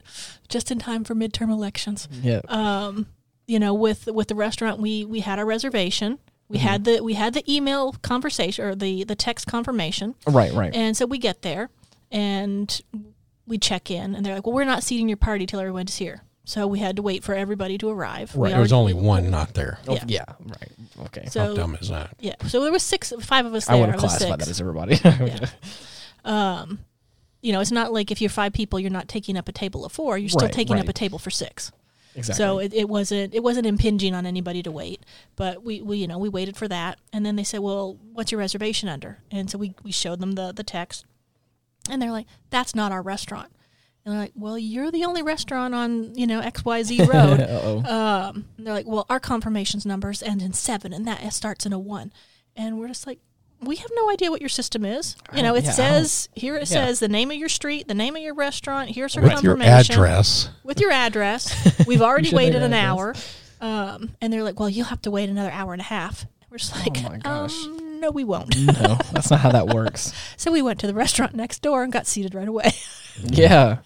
Just in time for midterm elections. Yeah. um, you know, with with the restaurant, we we had our reservation. We had the we had the email conversation or the the text confirmation, right. Right. and so we get there and we check in, and they're like, "Well, we're not seating your party till everyone's here." So we had to wait for everybody to arrive. We Right. There was already- only one not there. Oh, yeah. yeah. Right. Okay. How so dumb is that? yeah, so there was six, five of us I there. would have of the classified that six. as everybody. <laughs> Um, you know, it's not like if you're five people, you're not taking up a table of four. You're still Right, taking up right. a table for six. exactly. <laughs> So it, it wasn't it wasn't impinging on anybody to wait, but we, we you know we waited for that, and then they said, "Well, what's your reservation under?" And so we, we showed them the the text, and they're like, "That's not our restaurant," and they're like, "Well, you're the only restaurant on you know X <laughs> Y Z road." oh. <laughs> um, and they're like, "Well, our confirmations numbers end in seven, and that starts in a one," and we're just like. We have no idea what your system is. You know, it yeah, I don't- says here it yeah. says the name of your street, the name of your restaurant. Here's our With your confirmation address, with your address. <laughs> We've already should have waited your an hour. address. Um, and they're like, well, you'll have to wait another hour and a half. We're just like, Oh my gosh. um, no, we won't. no, that's not how that <laughs> works. so we went to the restaurant next door and got seated right away. <laughs> yeah.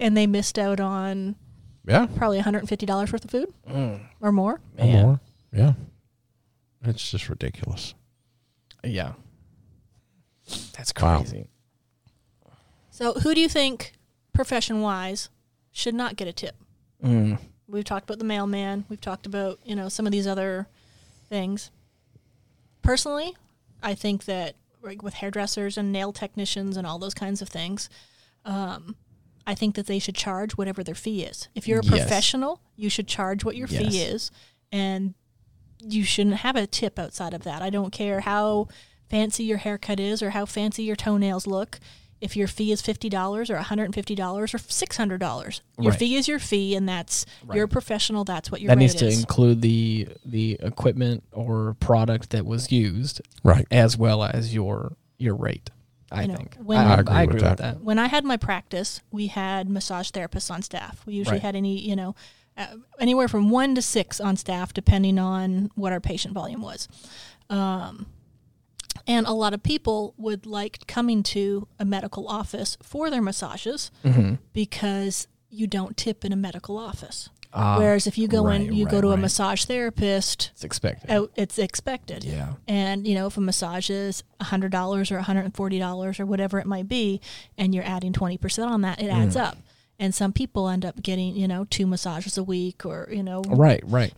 and they missed out on yeah, probably $150 worth of food or more. or Mm, Man. more, yeah. It's just ridiculous. Yeah. That's Wow. crazy. So, who do you think, profession wise, should not get a tip? Mm. We've talked about the mailman. We've talked about you know some of these other things. Personally, I think that like with hairdressers and nail technicians and all those kinds of things, um, I think that they should charge whatever their fee is. If you're a Yes. professional, you should charge what your fee Yes. is, and you shouldn't have a tip outside of that. I don't care how fancy your haircut is or how fancy your toenails look. If your fee is fifty dollars or one hundred and fifty dollars or six hundred dollars, your Right. fee is your fee, and that's you're a professional. That's what your That rate needs to is. include the the equipment or product that was used, Right. as well as your your rate. I You know, think when- I agree with that. when I had my practice, we had massage therapists on staff. We usually Right. had any, you know, uh, anywhere from one to six on staff, depending on what our patient volume was. Um, and a lot of people would like coming to a medical office for their massages Mm-hmm. hmm because you don't tip in a medical office. Ah, Whereas if you go right, in, you go right, to a right. massage therapist, it's expected. out, it's expected. Yeah. And you know, if a massage is hundred dollars or hundred and forty dollars or whatever it might be, and you're adding twenty percent on that, it adds Mm. up. And some people end up getting you know two massages a week, or you know, Right. Right.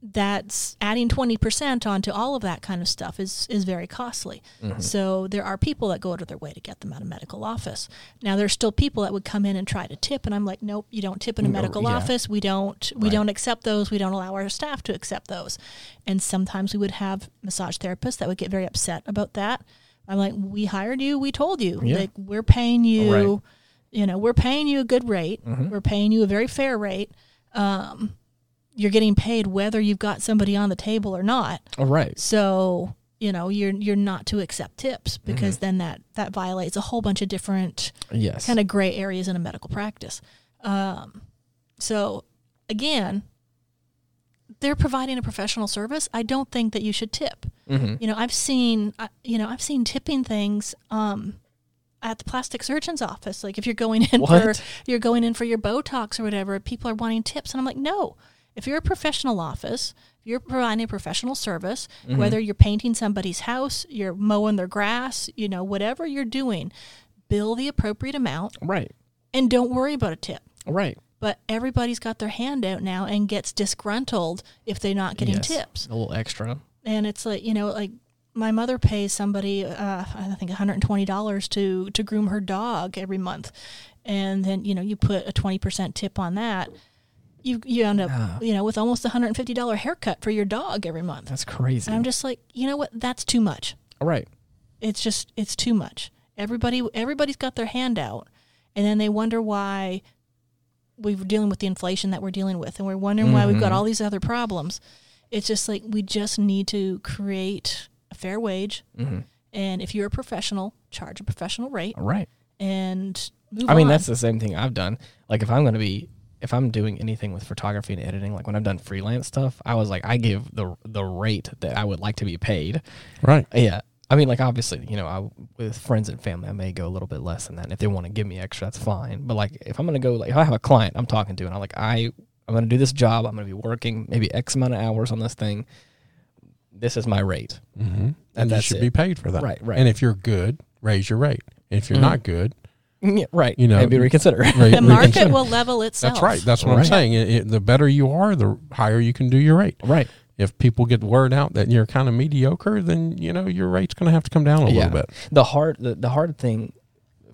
that's adding twenty percent onto all of that kind of stuff is is very costly. Mm-hmm. So there are people that go out of their way to get them out of medical office. Now there's still people that would come in and try to tip, and I'm like, nope, you don't tip in a No, medical yeah. office. We don't we Right. don't accept those. We don't allow our staff to accept those. And sometimes we would have massage therapists that would get very upset about that. I'm like, we hired you. We told you. Yeah. Like we're paying you. Right. You know, we're paying you a good rate. We're paying you a very fair rate. Um, you're getting paid whether you've got somebody on the table or not. All right. So you know you're you're not to accept tips because then that that violates a whole bunch of different Yes. kind of gray areas in a medical practice. Um, so again, they're providing a professional service. I don't think that you should tip. You know, I've seen I- you know I've seen tipping things. Um, at the plastic surgeon's office, like if you're going in What? for you're going in for your Botox or whatever, people are wanting tips, and I'm like, no. If you're a professional office, if you're providing a professional service, Mm-hmm. whether you're painting somebody's house, you're mowing their grass, you know, whatever you're doing, bill the appropriate amount Right. and don't worry about a tip. Right. But everybody's got their hand out now and gets disgruntled if they're not getting Yes. tips. A little extra. And it's like, you know, like my mother pays somebody, uh, I think $120 to, to groom her dog every month. And then, you know, you put a 20% tip on that. You, you end up, Ah. you know, with almost a $150 haircut for your dog every month. That's crazy. And I'm just like, you know what? That's too much All right. it's just it's too much. Everybody everybody's got their hand out, and then they wonder why we're dealing with the inflation that we're dealing with, and we're wondering why Mm-hmm. we've got all these other problems. It's just like we just need to create a fair wage, and if you're a professional, charge a professional rate All right. and move I mean, on. that's the same thing I've done. Like, if I'm going to be, if I'm doing anything with photography and editing, like when I've done freelance stuff, I was like, I give the the rate that I would like to be paid. Right. Yeah. I mean, like obviously, you know, I with friends and family, I may go a little bit less than that. And if they want to give me extra, that's fine. But like, if I'm gonna go, like, if I have a client I'm talking to, and I'm like, I I'm gonna do this job, I'm gonna be working maybe X amount of hours on this thing. This is my rate. Mm-hmm. And, you that's should it. be paid for that. Right, right. And if you're good, raise your rate. If you're Mm-hmm. Mhm. not good, Yeah, right. You know, maybe reconsider. <laughs> rate, the market reconsider. will level itself. That's right. That's what I'm Right. saying. It- it- the better you are, the higher you can do your rate. right. If people get word out that you're kind of mediocre, then you know your rate's going to have to come down a Yeah. little bit. The hard the, the hard thing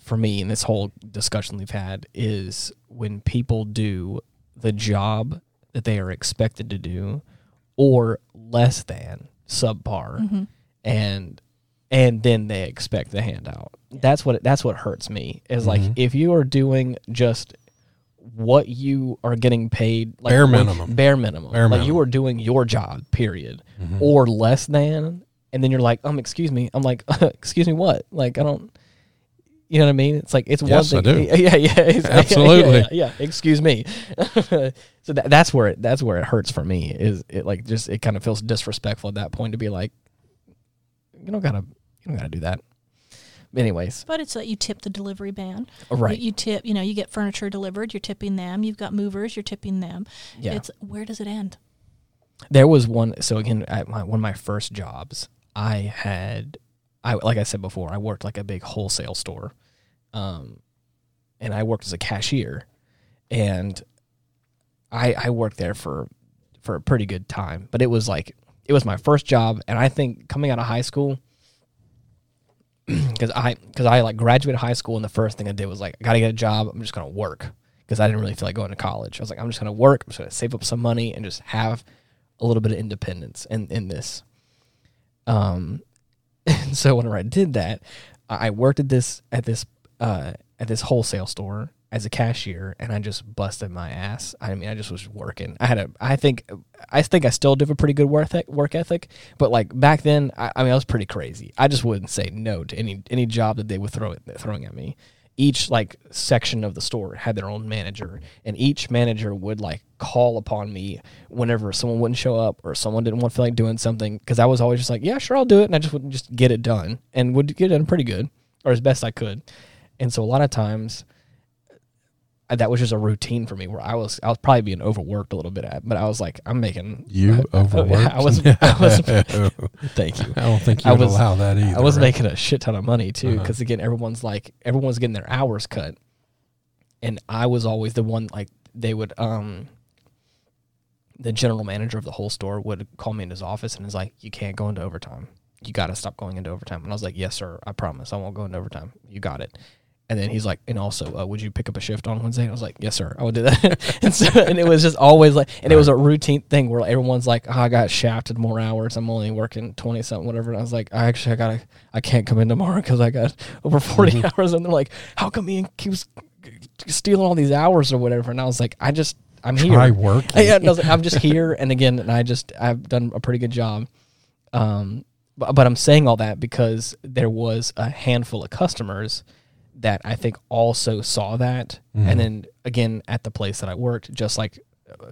for me in this whole discussion we've had is when people do the job that they are expected to do or less than subpar Mm-hmm. and and then they expect the handout. That's what that's what hurts me. Is like Mm-hmm. if you are doing just what you are getting paid like Bare what- minimum. bare minimum Bare like minimum. Mm-hmm. you are doing your job period or less than and then you're like um excuse me i'm like <laughs> excuse me what like i don't you know what i mean it's like it's Yes, I one thing <laughs> do. yeah yeah it's- yeah, Absolutely. yeah, yeah, excuse me <laughs> so that, that's where it that's where it hurts for me is it like just it kind of feels disrespectful at that point to be like you don't gotta you don't gotta do that anyways But it's like you tip the delivery man. all right You, you tip, you know, you get furniture delivered, you're tipping them. You've got movers, you're tipping them. Yeah. It's where does it end? there was one so again at my one of my first jobs i had i like i said before i worked like a big wholesale store um and I worked as a cashier, and I I worked there for for a pretty good time. But it was like it was my first job, and I think coming out of high school, <clears throat> because I because I like graduated high school, and the first thing I did was like I gotta get a job. I'm just gonna work because I didn't really feel like going to college. I was like I'm just gonna work. I'm just gonna save up some money and just have a little bit of independence in in this. Um, and <laughs> so whenever I did that, I I worked at this at this uh, at this wholesale store as a cashier, and I just busted my ass. I mean, I just was working. I had a I think I think I still do have a pretty good work ethic, work ethic, but like back then, I, I mean, I was pretty crazy. I just wouldn't say no to any any job that they would throw at, throwing at me. Each like section of the store had their own manager, and each manager would like call upon me whenever someone wouldn't show up or someone didn't want to feel like doing something because I was always just like, yeah, sure, I'll do it, and I just wouldn't just get it done and would get it done pretty good or as best I could. And so a lot of times uh, that was just a routine for me where I was I was probably being overworked a little bit at, but I was like, I'm making You <laughs> overworked. I was- <laughs> <laughs> I was- No. thank you. I don't think I you would was- allow that either. Uh-huh. I was right? making a shit ton of money too, because again, everyone's like everyone's getting their hours cut, and I was always the one like they would um. The general manager of the whole store would call me in his office and is like, "You can't go into overtime. You got to stop going into overtime." And I was like, "Yes, sir. I promise. I won't go into overtime. You got it." And then he's like, "And also, uh, would you pick up a shift on Wednesday?" And I was like, "Yes, sir. I will do that." <laughs> and so, and it was just always like, and it was a routine thing where everyone's like, oh, "I got shafted more hours. I'm only working twenty something, whatever." And I was like, "I actually, I gotta, I can't come in tomorrow because I got over 40 hours." And they're like, "How come Ian keeps stealing all these hours or whatever?" And I was like, "I just, I'm here. Try working. Yeah, no, I'm just here, and again, and I just I've done a pretty good job. Um, but, but I'm saying all that because there was a handful of customers that I think also saw that, and then again at the place that I worked, just like uh,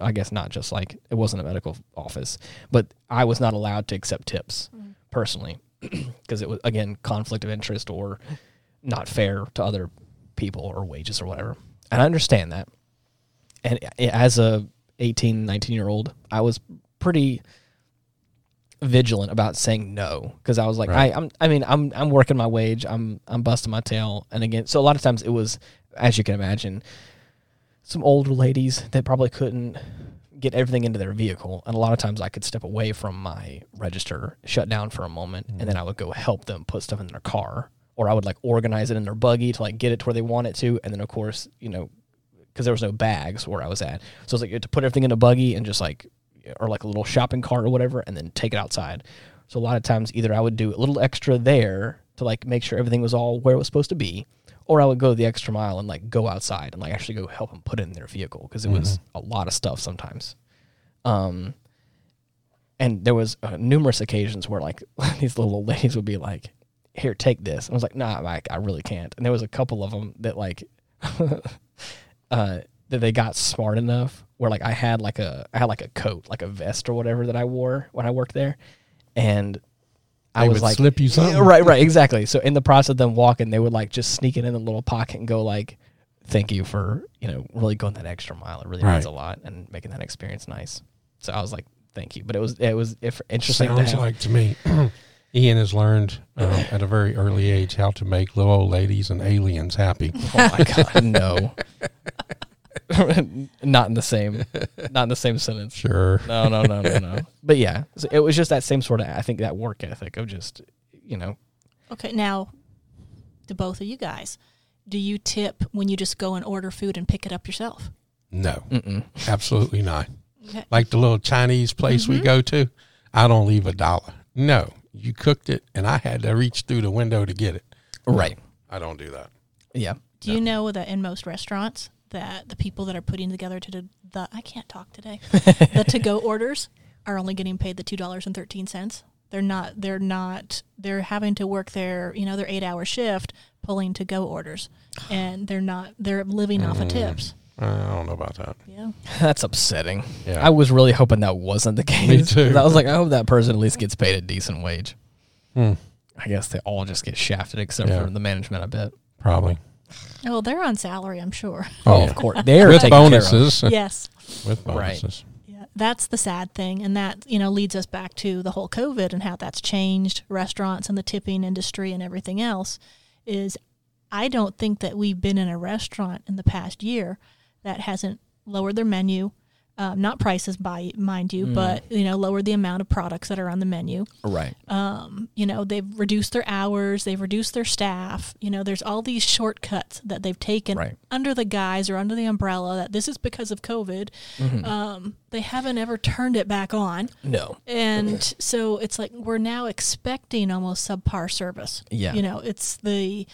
I guess not just like it wasn't a medical office, but I was not allowed to accept tips personally <clears throat> because it was again conflict of interest or not fair to other people or wages or whatever. And I understand that and i- as a 18 19 year old i was pretty vigilant about saying no because i was like Right. I, i'm i mean i'm i'm working my wage i'm i'm busting my tail and again so a lot of times it was as you can imagine some older ladies that probably couldn't get everything into their vehicle and a lot of times i could step away from my register shut down for a moment and then i would go help them put stuff in their car or i would like organize it in their buggy to like get it to where they want it to and then of course you know because there was no bags where I was at. So it's like you had to put everything in a buggy and just like, or like a little shopping cart or whatever, and then take it outside. So a lot of times, either I would do a little extra there to like make sure everything was all where it was supposed to be, or I would go the extra mile and like go outside and like actually go help them put it in their vehicle because it was a lot of stuff sometimes. Um, and there was uh, numerous occasions where like <laughs> these little old ladies would be like, "Here, take this," and I was like, "Nah, Mike, I really can't." And there was a couple of them that like <laughs> uh, that they got smart enough where like I had like a I had like a coat, like a vest or whatever that I wore when I worked there, and I They was would like, slip you something. Yeah, right, right, exactly. So in the process of them walking, they would like just sneak it in the little pocket and go like, "Thank you for you know really going that extra mile. It really means Right. a lot and making that experience nice." So I was like, "Thank you," but it was it was if- interesting. to Sounds have- like to me, <clears throat> Ian has learned um, at a very early age how to make little old ladies and aliens happy. <laughs> Oh <laughs> my god, no. <laughs> not in the same not in the same sentence. Sure. No, no, no, no, no. But yeah, so it was just that same sort of I think that work ethic of just, you know, Okay, now to both of you guys, do you tip when you just go and order food and pick it up yourself? No, mm-mm. absolutely not. Okay. Like the little Chinese place Mm-hmm. we go to, I don't leave a dollar. No, you cooked it, and I had to reach through the window to get it. Right. I don't do that. Yeah. <laughs> Do you know that in most restaurants that the people that are putting together to do the I can't talk today the to go orders are only getting paid the two dollars and thirteen cents. They're not. They're not. They're having to work their you know their eight hour shift pulling to go orders, and they're not. They're living off of tips. I don't know about that. Yeah. That's upsetting. Yeah. I was really hoping that wasn't the <laughs> case. too. 'Cause I was like, I hope that person at least gets paid a decent wage. Hmm. I guess they all just get shafted except Yeah. for the management, I bet. Probably. Oh, they're on salary. I'm sure. Oh, yeah. of course. They're With taken care of. bonuses. yes. <laughs> With Right. bonuses. Yeah, that's the sad thing, and that you know leads us back to the whole COVID and how that's changed restaurants and the tipping industry and everything else. Is I don't think that we've been in a restaurant in the past year that hasn't lowered their menu, um, not prices by mind you, but you know lowered the amount of products that are on the menu. Right. Um, you know they've reduced their hours, they've reduced their staff. You know there's all these shortcuts that they've taken Right. under the guise or under the umbrella that this is because of COVID. Mm-hmm. Um, they haven't ever turned it back on. No. And so it's like we're now expecting almost subpar service. Yeah. You know, it's the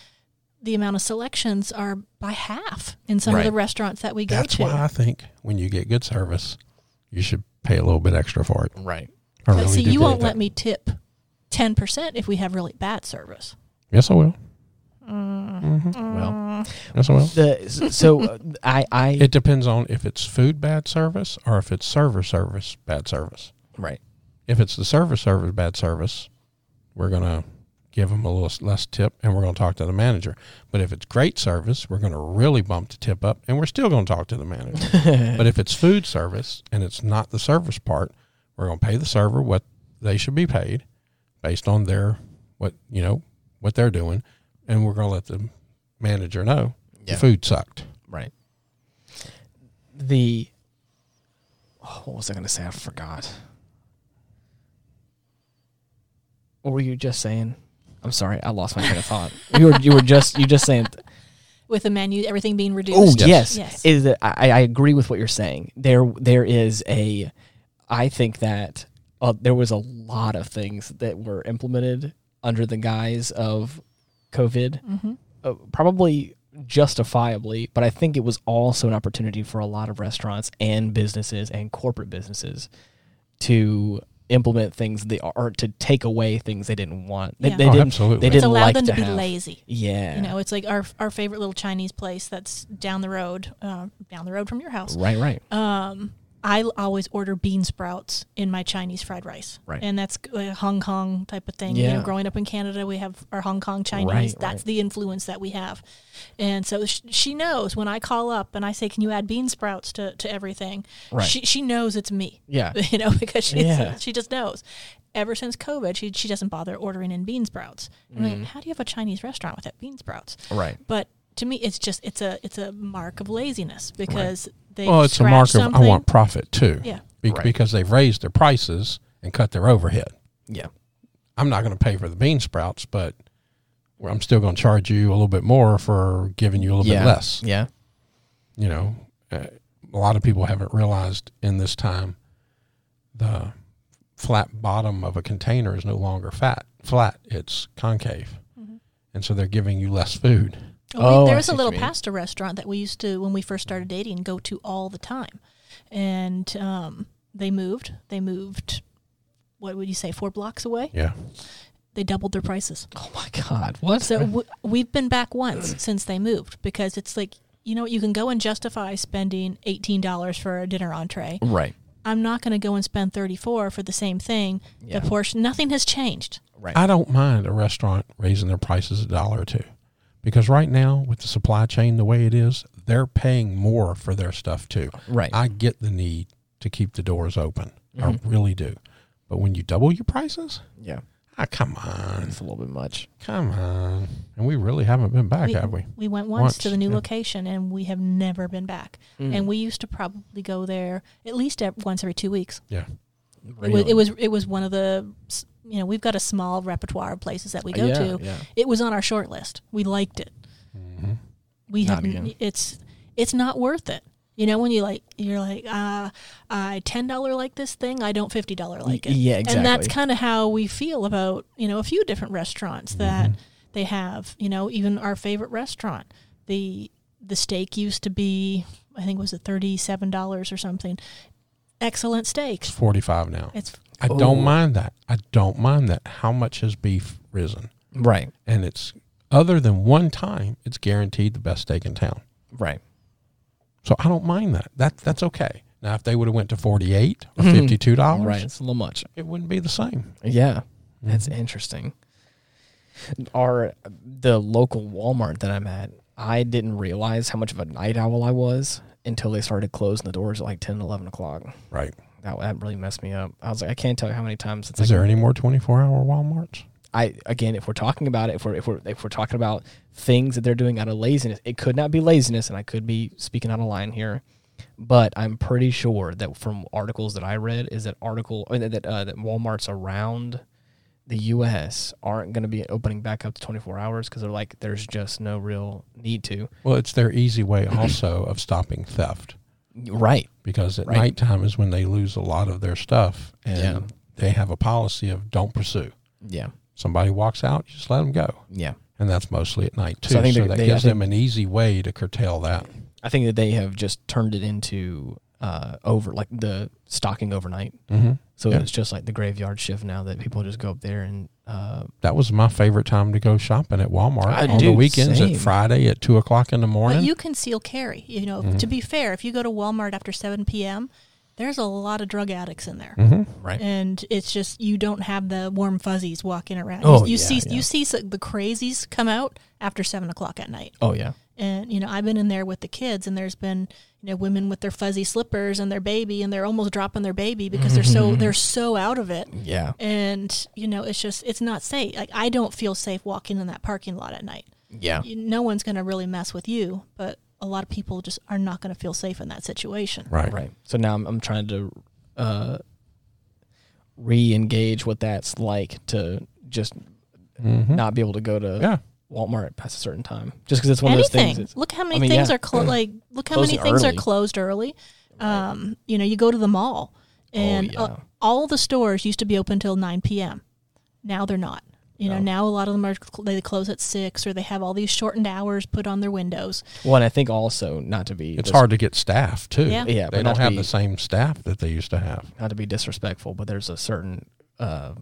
the amount of selections are by half in some of the Right. restaurants that we go That's to. why I think when you get good service, you should pay a little bit extra for it. Right. I but see, do you won't believe let me tip ten percent if we have really bad service. that. Yes, I will. Uh, Mm-hmm. Well, Yes, I will. The, so uh, I I It depends on if it's food bad service or if it's server service bad service. right. If it's the server service bad service, we're gonna give them a little s- less tip and we're gonna talk to the manager. But if it's great service, we're gonna really bump the tip up and we're still gonna talk to the <laughs> manager. but if it's food service and it's not the service part, we're gonna pay the server what they should be paid based on their what you know what they're doing, and we're gonna let the manager know Yeah. the food sucked. Right. the oh, what was I going to say? I forgot. What were you just saying? I'm sorry, I lost my train of thought. you were you were just you just saying. With the menu, everything being reduced. Oh yes, Yes. Yes. is that I, I agree with what you're saying. There there is a, I think that uh, there was a lot of things that were implemented under the guise of COVID, Mm-hmm. uh, probably justifiably, but I think it was also an opportunity for a lot of restaurants and businesses and corporate businesses to implement things they or to take away things they didn't want. They, Yeah. they Oh, didn't, absolutely. They It's It's didn't allowed like them to, to, be have. lazy. Yeah. You know, it's like our our favorite little Chinese place that's down the road, uh, down the road from your house. right. Right. Um, I l- always order bean sprouts in my Chinese fried rice, Right. And that's a Hong Kong type of thing. You Yeah. know, growing up in Canada, we have our Hong Kong Chinese. Right, that's right. the influence that we have, and so sh- she knows when I call up and I say, "Can you add bean sprouts to to everything?" Right. She she knows it's me. Yeah. <laughs> you know, because she Yeah. she just knows. Ever since COVID, she she doesn't bother ordering in bean sprouts. And I'm like, how do you have a Chinese restaurant without bean sprouts? Right. But to me, it's just it's a it's a mark of laziness because they Well, it's a mark of scratch I something. want profit too. Yeah. Be- Right. Because they've raised their prices and cut their overhead. Yeah. I'm not going to pay for the bean sprouts, but I'm still going to charge you a little bit more for giving you a little yeah. bit less. Yeah. You know, uh, a lot of people haven't realized in this time the flat bottom of a container is no longer fat flat; it's concave, and so they're giving you less food. Oh, Oh, I we, there was see a what little you mean. pasta restaurant that we used to when we first started dating go to all the time, and um, they moved. They moved. What would you say? Four blocks away. Yeah, They doubled their prices. Oh my God. What? So w- we've been back once since they moved because it's like you know what, you can go and justify spending eighteen dollars for a dinner entree. Right. I'm not going to go and spend thirty four for the same thing. Yeah. The portion, nothing has changed. Uh, Right. I don't mind a restaurant raising their prices a dollar or two because right now, with the supply chain the way it is, they're paying more for their stuff too. Right. uh, I get the need to keep the doors open. I really do. But when you double your prices, yeah. ah, come on. It's a little bit much. Come on. And we really haven't been back, have we? We went once, Once, to the new yeah. location and we have never been back. Mm. Mm. Mm. And we used to probably go there at least ev- once every two weeks. Yeah. It, was, it was it was one of the s- you know we've got a small repertoire of places that we go yeah, to. Yeah. It was on our short list. We liked it. Mm-hmm. We Not have again. it's it's not worth it. You know when you like you're like uh, I ten dollar like this thing I don't fifty dollar like it. yeah, And that's exactly. kind of how we feel about you know a few different restaurants Mm-hmm. that Mm-hmm. they have. You know even our favorite restaurant the the steak used to be I think it was it thirty seven dollars or something. Excellent steak. It's 45 now. It's I Oh. don't mind that. I don't mind that. How much has beef risen? Right. And it's other than one time, it's guaranteed the best steak in town. Right. So I don't mind that. That that's okay. Now if they would have went to forty eight or fifty two dollars, Mm-hmm. Right. It's a little much. Mm-hmm. it wouldn't be the same. Yeah, that's interesting. Our the local Walmart that I'm at, I didn't realize how much of a night owl I was until they started closing the doors at like 10, 11 o'clock. Right. That, that really messed me up. I was like, I can't tell you how many times it's Is like, there any more twenty four hour WalMarts? I again, if we're talking about it, if we're if we're if we're talking about things that they're doing out of laziness, it could not be laziness, and I could be speaking out of line here, but I'm pretty sure that from articles that I read is that article or that that, uh, that Walmart's around the U.S. aren't going to be opening back up to 24 hours because they're like there's just no real need to. Well, it's their easy way also of stopping theft Right. because at Right. nighttime is when they lose a lot of their stuff and Yeah. they have a policy of don't pursue. Yeah. Somebody walks out, you just let them go. Yeah. And that's mostly at night too. So So, I think they- that they- I gives think- them an easy way to curtail that. I think that they have just turned it into uh, over like the stocking overnight. Mm-hmm. So Yeah. it's just like the graveyard shift now that people just go up there and uh, That was my favorite time to go shopping at Walmart I on do, the weekends same. at Friday at two o'clock in the morning. But you conceal carry. You know, Mm-hmm. to be fair, if you go to Walmart after 7 p.m., there's a lot of drug addicts in there. hmm right. And it's just you don't have the warm fuzzies walking around. Oh, yeah, you see, yeah. you see s- the crazies come out after seven o'clock at night. Oh yeah. And you know, I've been in there with the kids, and there's been you know women with their fuzzy slippers and their baby, and they're almost dropping their baby because they're so they're so out of it. Yeah. And you know, it's just it's not safe. Like I don't feel safe walking in that parking lot at night Yeah. you- no one's going to really mess with you, but a lot of people just are not going to feel safe in that situation. Right. Right. So now I'm, I'm trying to uh, re-engage what that's like to just Mhm. not be able to go to Yeah. Walmart past a certain time, just because it's one of those Anything. things. It's, look how many I mean, things yeah. are clo- like look how Closing many things early. Oh, are closed early. Um, you know, you go to the mall and yeah. uh, all the stores used to be open till 9 p.m. Now they're not. You know, No. now a lot of them are cl- they close at 6 or they have all these shortened hours put on their windows. well, and I think also not to be dis- It's hard to get staff too. Yeah. Yeah, but They not don't to have be- the same staff that they used to have. not to be disrespectful, but there's a certain uh,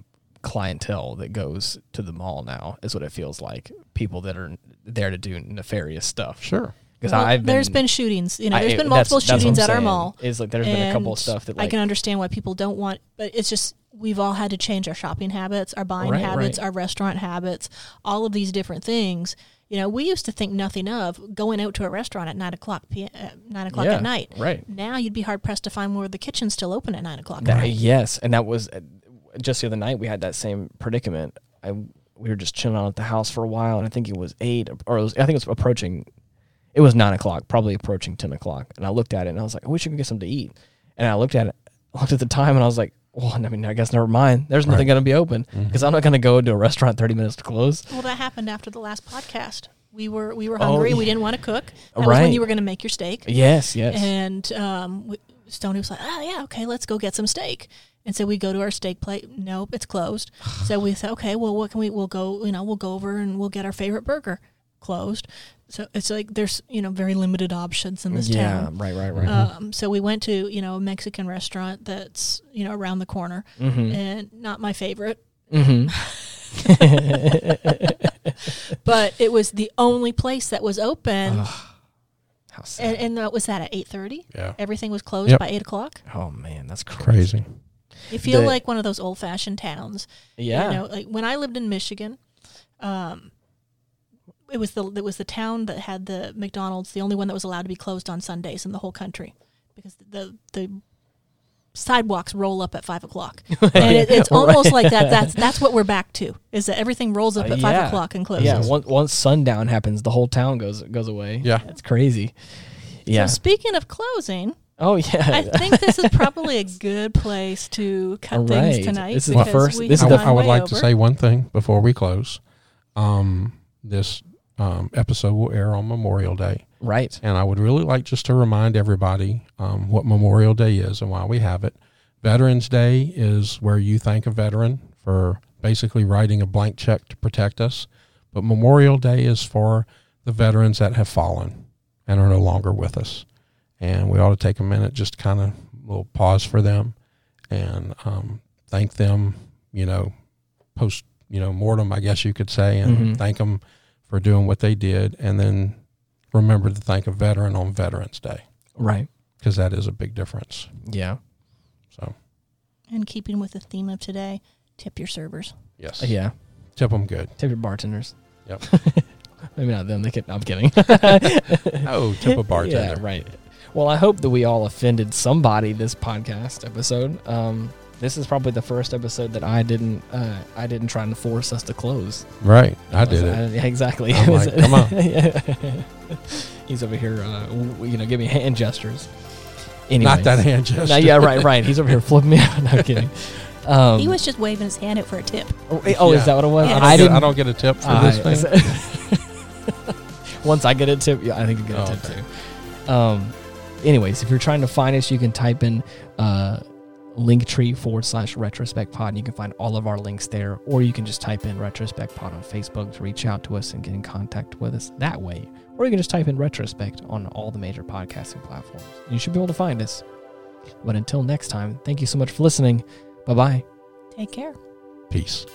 clientele that goes to the mall now. Is what it feels like. People that are there to do nefarious stuff. Sure. Because Well, I've there's been, been shootings. You know, there's I- been that's- multiple that's what I'm shootings at our saying, mall. Is like there's been a couple And of stuff that I like can understand why people don't want, but it's just we've all had to change our shopping habits, our buying Right, habits, right. our restaurant habits, all of these different things. You know, we used to think nothing of going out to a restaurant at nine o'clock p- uh, nine o'clock yeah, at night. right. Now you'd be hard pressed to find where the kitchen's still open at nine o'clock. That- At night. Yes, and that was uh, just the other night. We had that same predicament. I we were just chilling out at the house for a while, and I think it was eight, or it was, I think it was approaching. It was nine o'clock, probably approaching ten o'clock. And I looked at it, and I was like, "I wish I could get something to eat." And I looked at it, <laughs> I looked at the time, and I was like, "Well, I mean, I guess never mind. There's nothing going to be open because I'm not going to go into a restaurant thirty minutes to close." Well, that happened after the last podcast. We were we were hungry. We yeah. didn't want to cook. That was Oh, Right. when you were going to make your steak. Yes, yes, And um, we- Stoney was like, "Oh yeah, okay, let's go get some steak." And so we go to our steak plate. Nope, <sighs> it's closed. so we said, "Okay, well, what can we? We'll go. You know, we'll go over and we'll get our favorite burger." Closed. So it's like there's you know very limited options in this yeah, Mm-hmm. town. right, right, right. Um, so we went to you know a Mexican restaurant that's you know around the corner, Mm-hmm. and not my favorite, hmm Mm-hmm. but it was the only place that was open, Ah. How sad. and, and that was that at eight thirty. Yeah. Everything was closed Yep. by eight o'clock. oh man, that's crazy. Crazy. You feel The- like one of those old fashioned towns. Yeah, You know, like when I lived in Michigan, um, it was the it was the town that had the McDonald's, the only one that was allowed to be closed on Sundays in the whole country, because the the sidewalks roll up at five <laughs> o'clock, and it, it's almost like that. That's that's what we're back to is that everything rolls up Uh, at five yeah. o'clock and closes. Yeah, once, once sundown happens, the whole town goes goes away. Yeah. it's crazy. Yeah. So speaking <laughs> of closing, oh I yeah. think this is probably a good place to cut All right. things tonight. This is the because first- we this is have the- I, gone I would way like to over. say one thing before we close. Um, this um, episode will air on Memorial Day, right. and I would really like just to remind everybody um, what Memorial Day is and why we have it. Veterans Day is where you thank a veteran for basically writing a blank check to protect us, but Memorial Day is for the veterans that have fallen and are no longer with us, and we ought to take a minute just kind of little pause for them and um, thank them. You know, post you know mortem, I guess you could say, and Mhm. thank them for doing what they did, and then remember to thank a veteran on Veterans Day Right. because that is a big difference. Yeah. So in keeping with the theme of today, tip your servers. yes, Yeah. tip them good. Tip your bartenders. Yep. <laughs> Maybe not them. They could. I'm kidding. <laughs> Oh, tip <laughs> a yeah. bartender. Right. Well, I hope that we all offended somebody this podcast episode. Um, This is probably the first episode that I didn't uh, I didn't try and force us to close. Right. I did it. I- Uh, exactly. I'm <laughs> like, "Come on." on. He's over here, uh, w- you know, giving hand gestures. Not uh, Anyways. that hand gesture. No, yeah, right, right. He's over here flipping me. out. <laughs> No <laughs> kidding. Um, he was just waving his hand out for a tip. Oh, oh, is Yeah. that what it was? Yeah. I don't, I get, I don't get a tip for I- this thing. <laughs> is- <laughs> Once I get a tip, yeah, I think you get a Oh, tip okay. too. Um, anyways, if you're trying to find us, you can type in uh, linktree forward slash retrospect pod and you can find all of our links there. Or you can just type in retrospect pod on Facebook to reach out to us and get in contact with us that way. Or you can just type in retrospect on all the major podcasting platforms. You should be able to find us. But until next time, thank you so much for listening. Bye bye. Take care. Peace.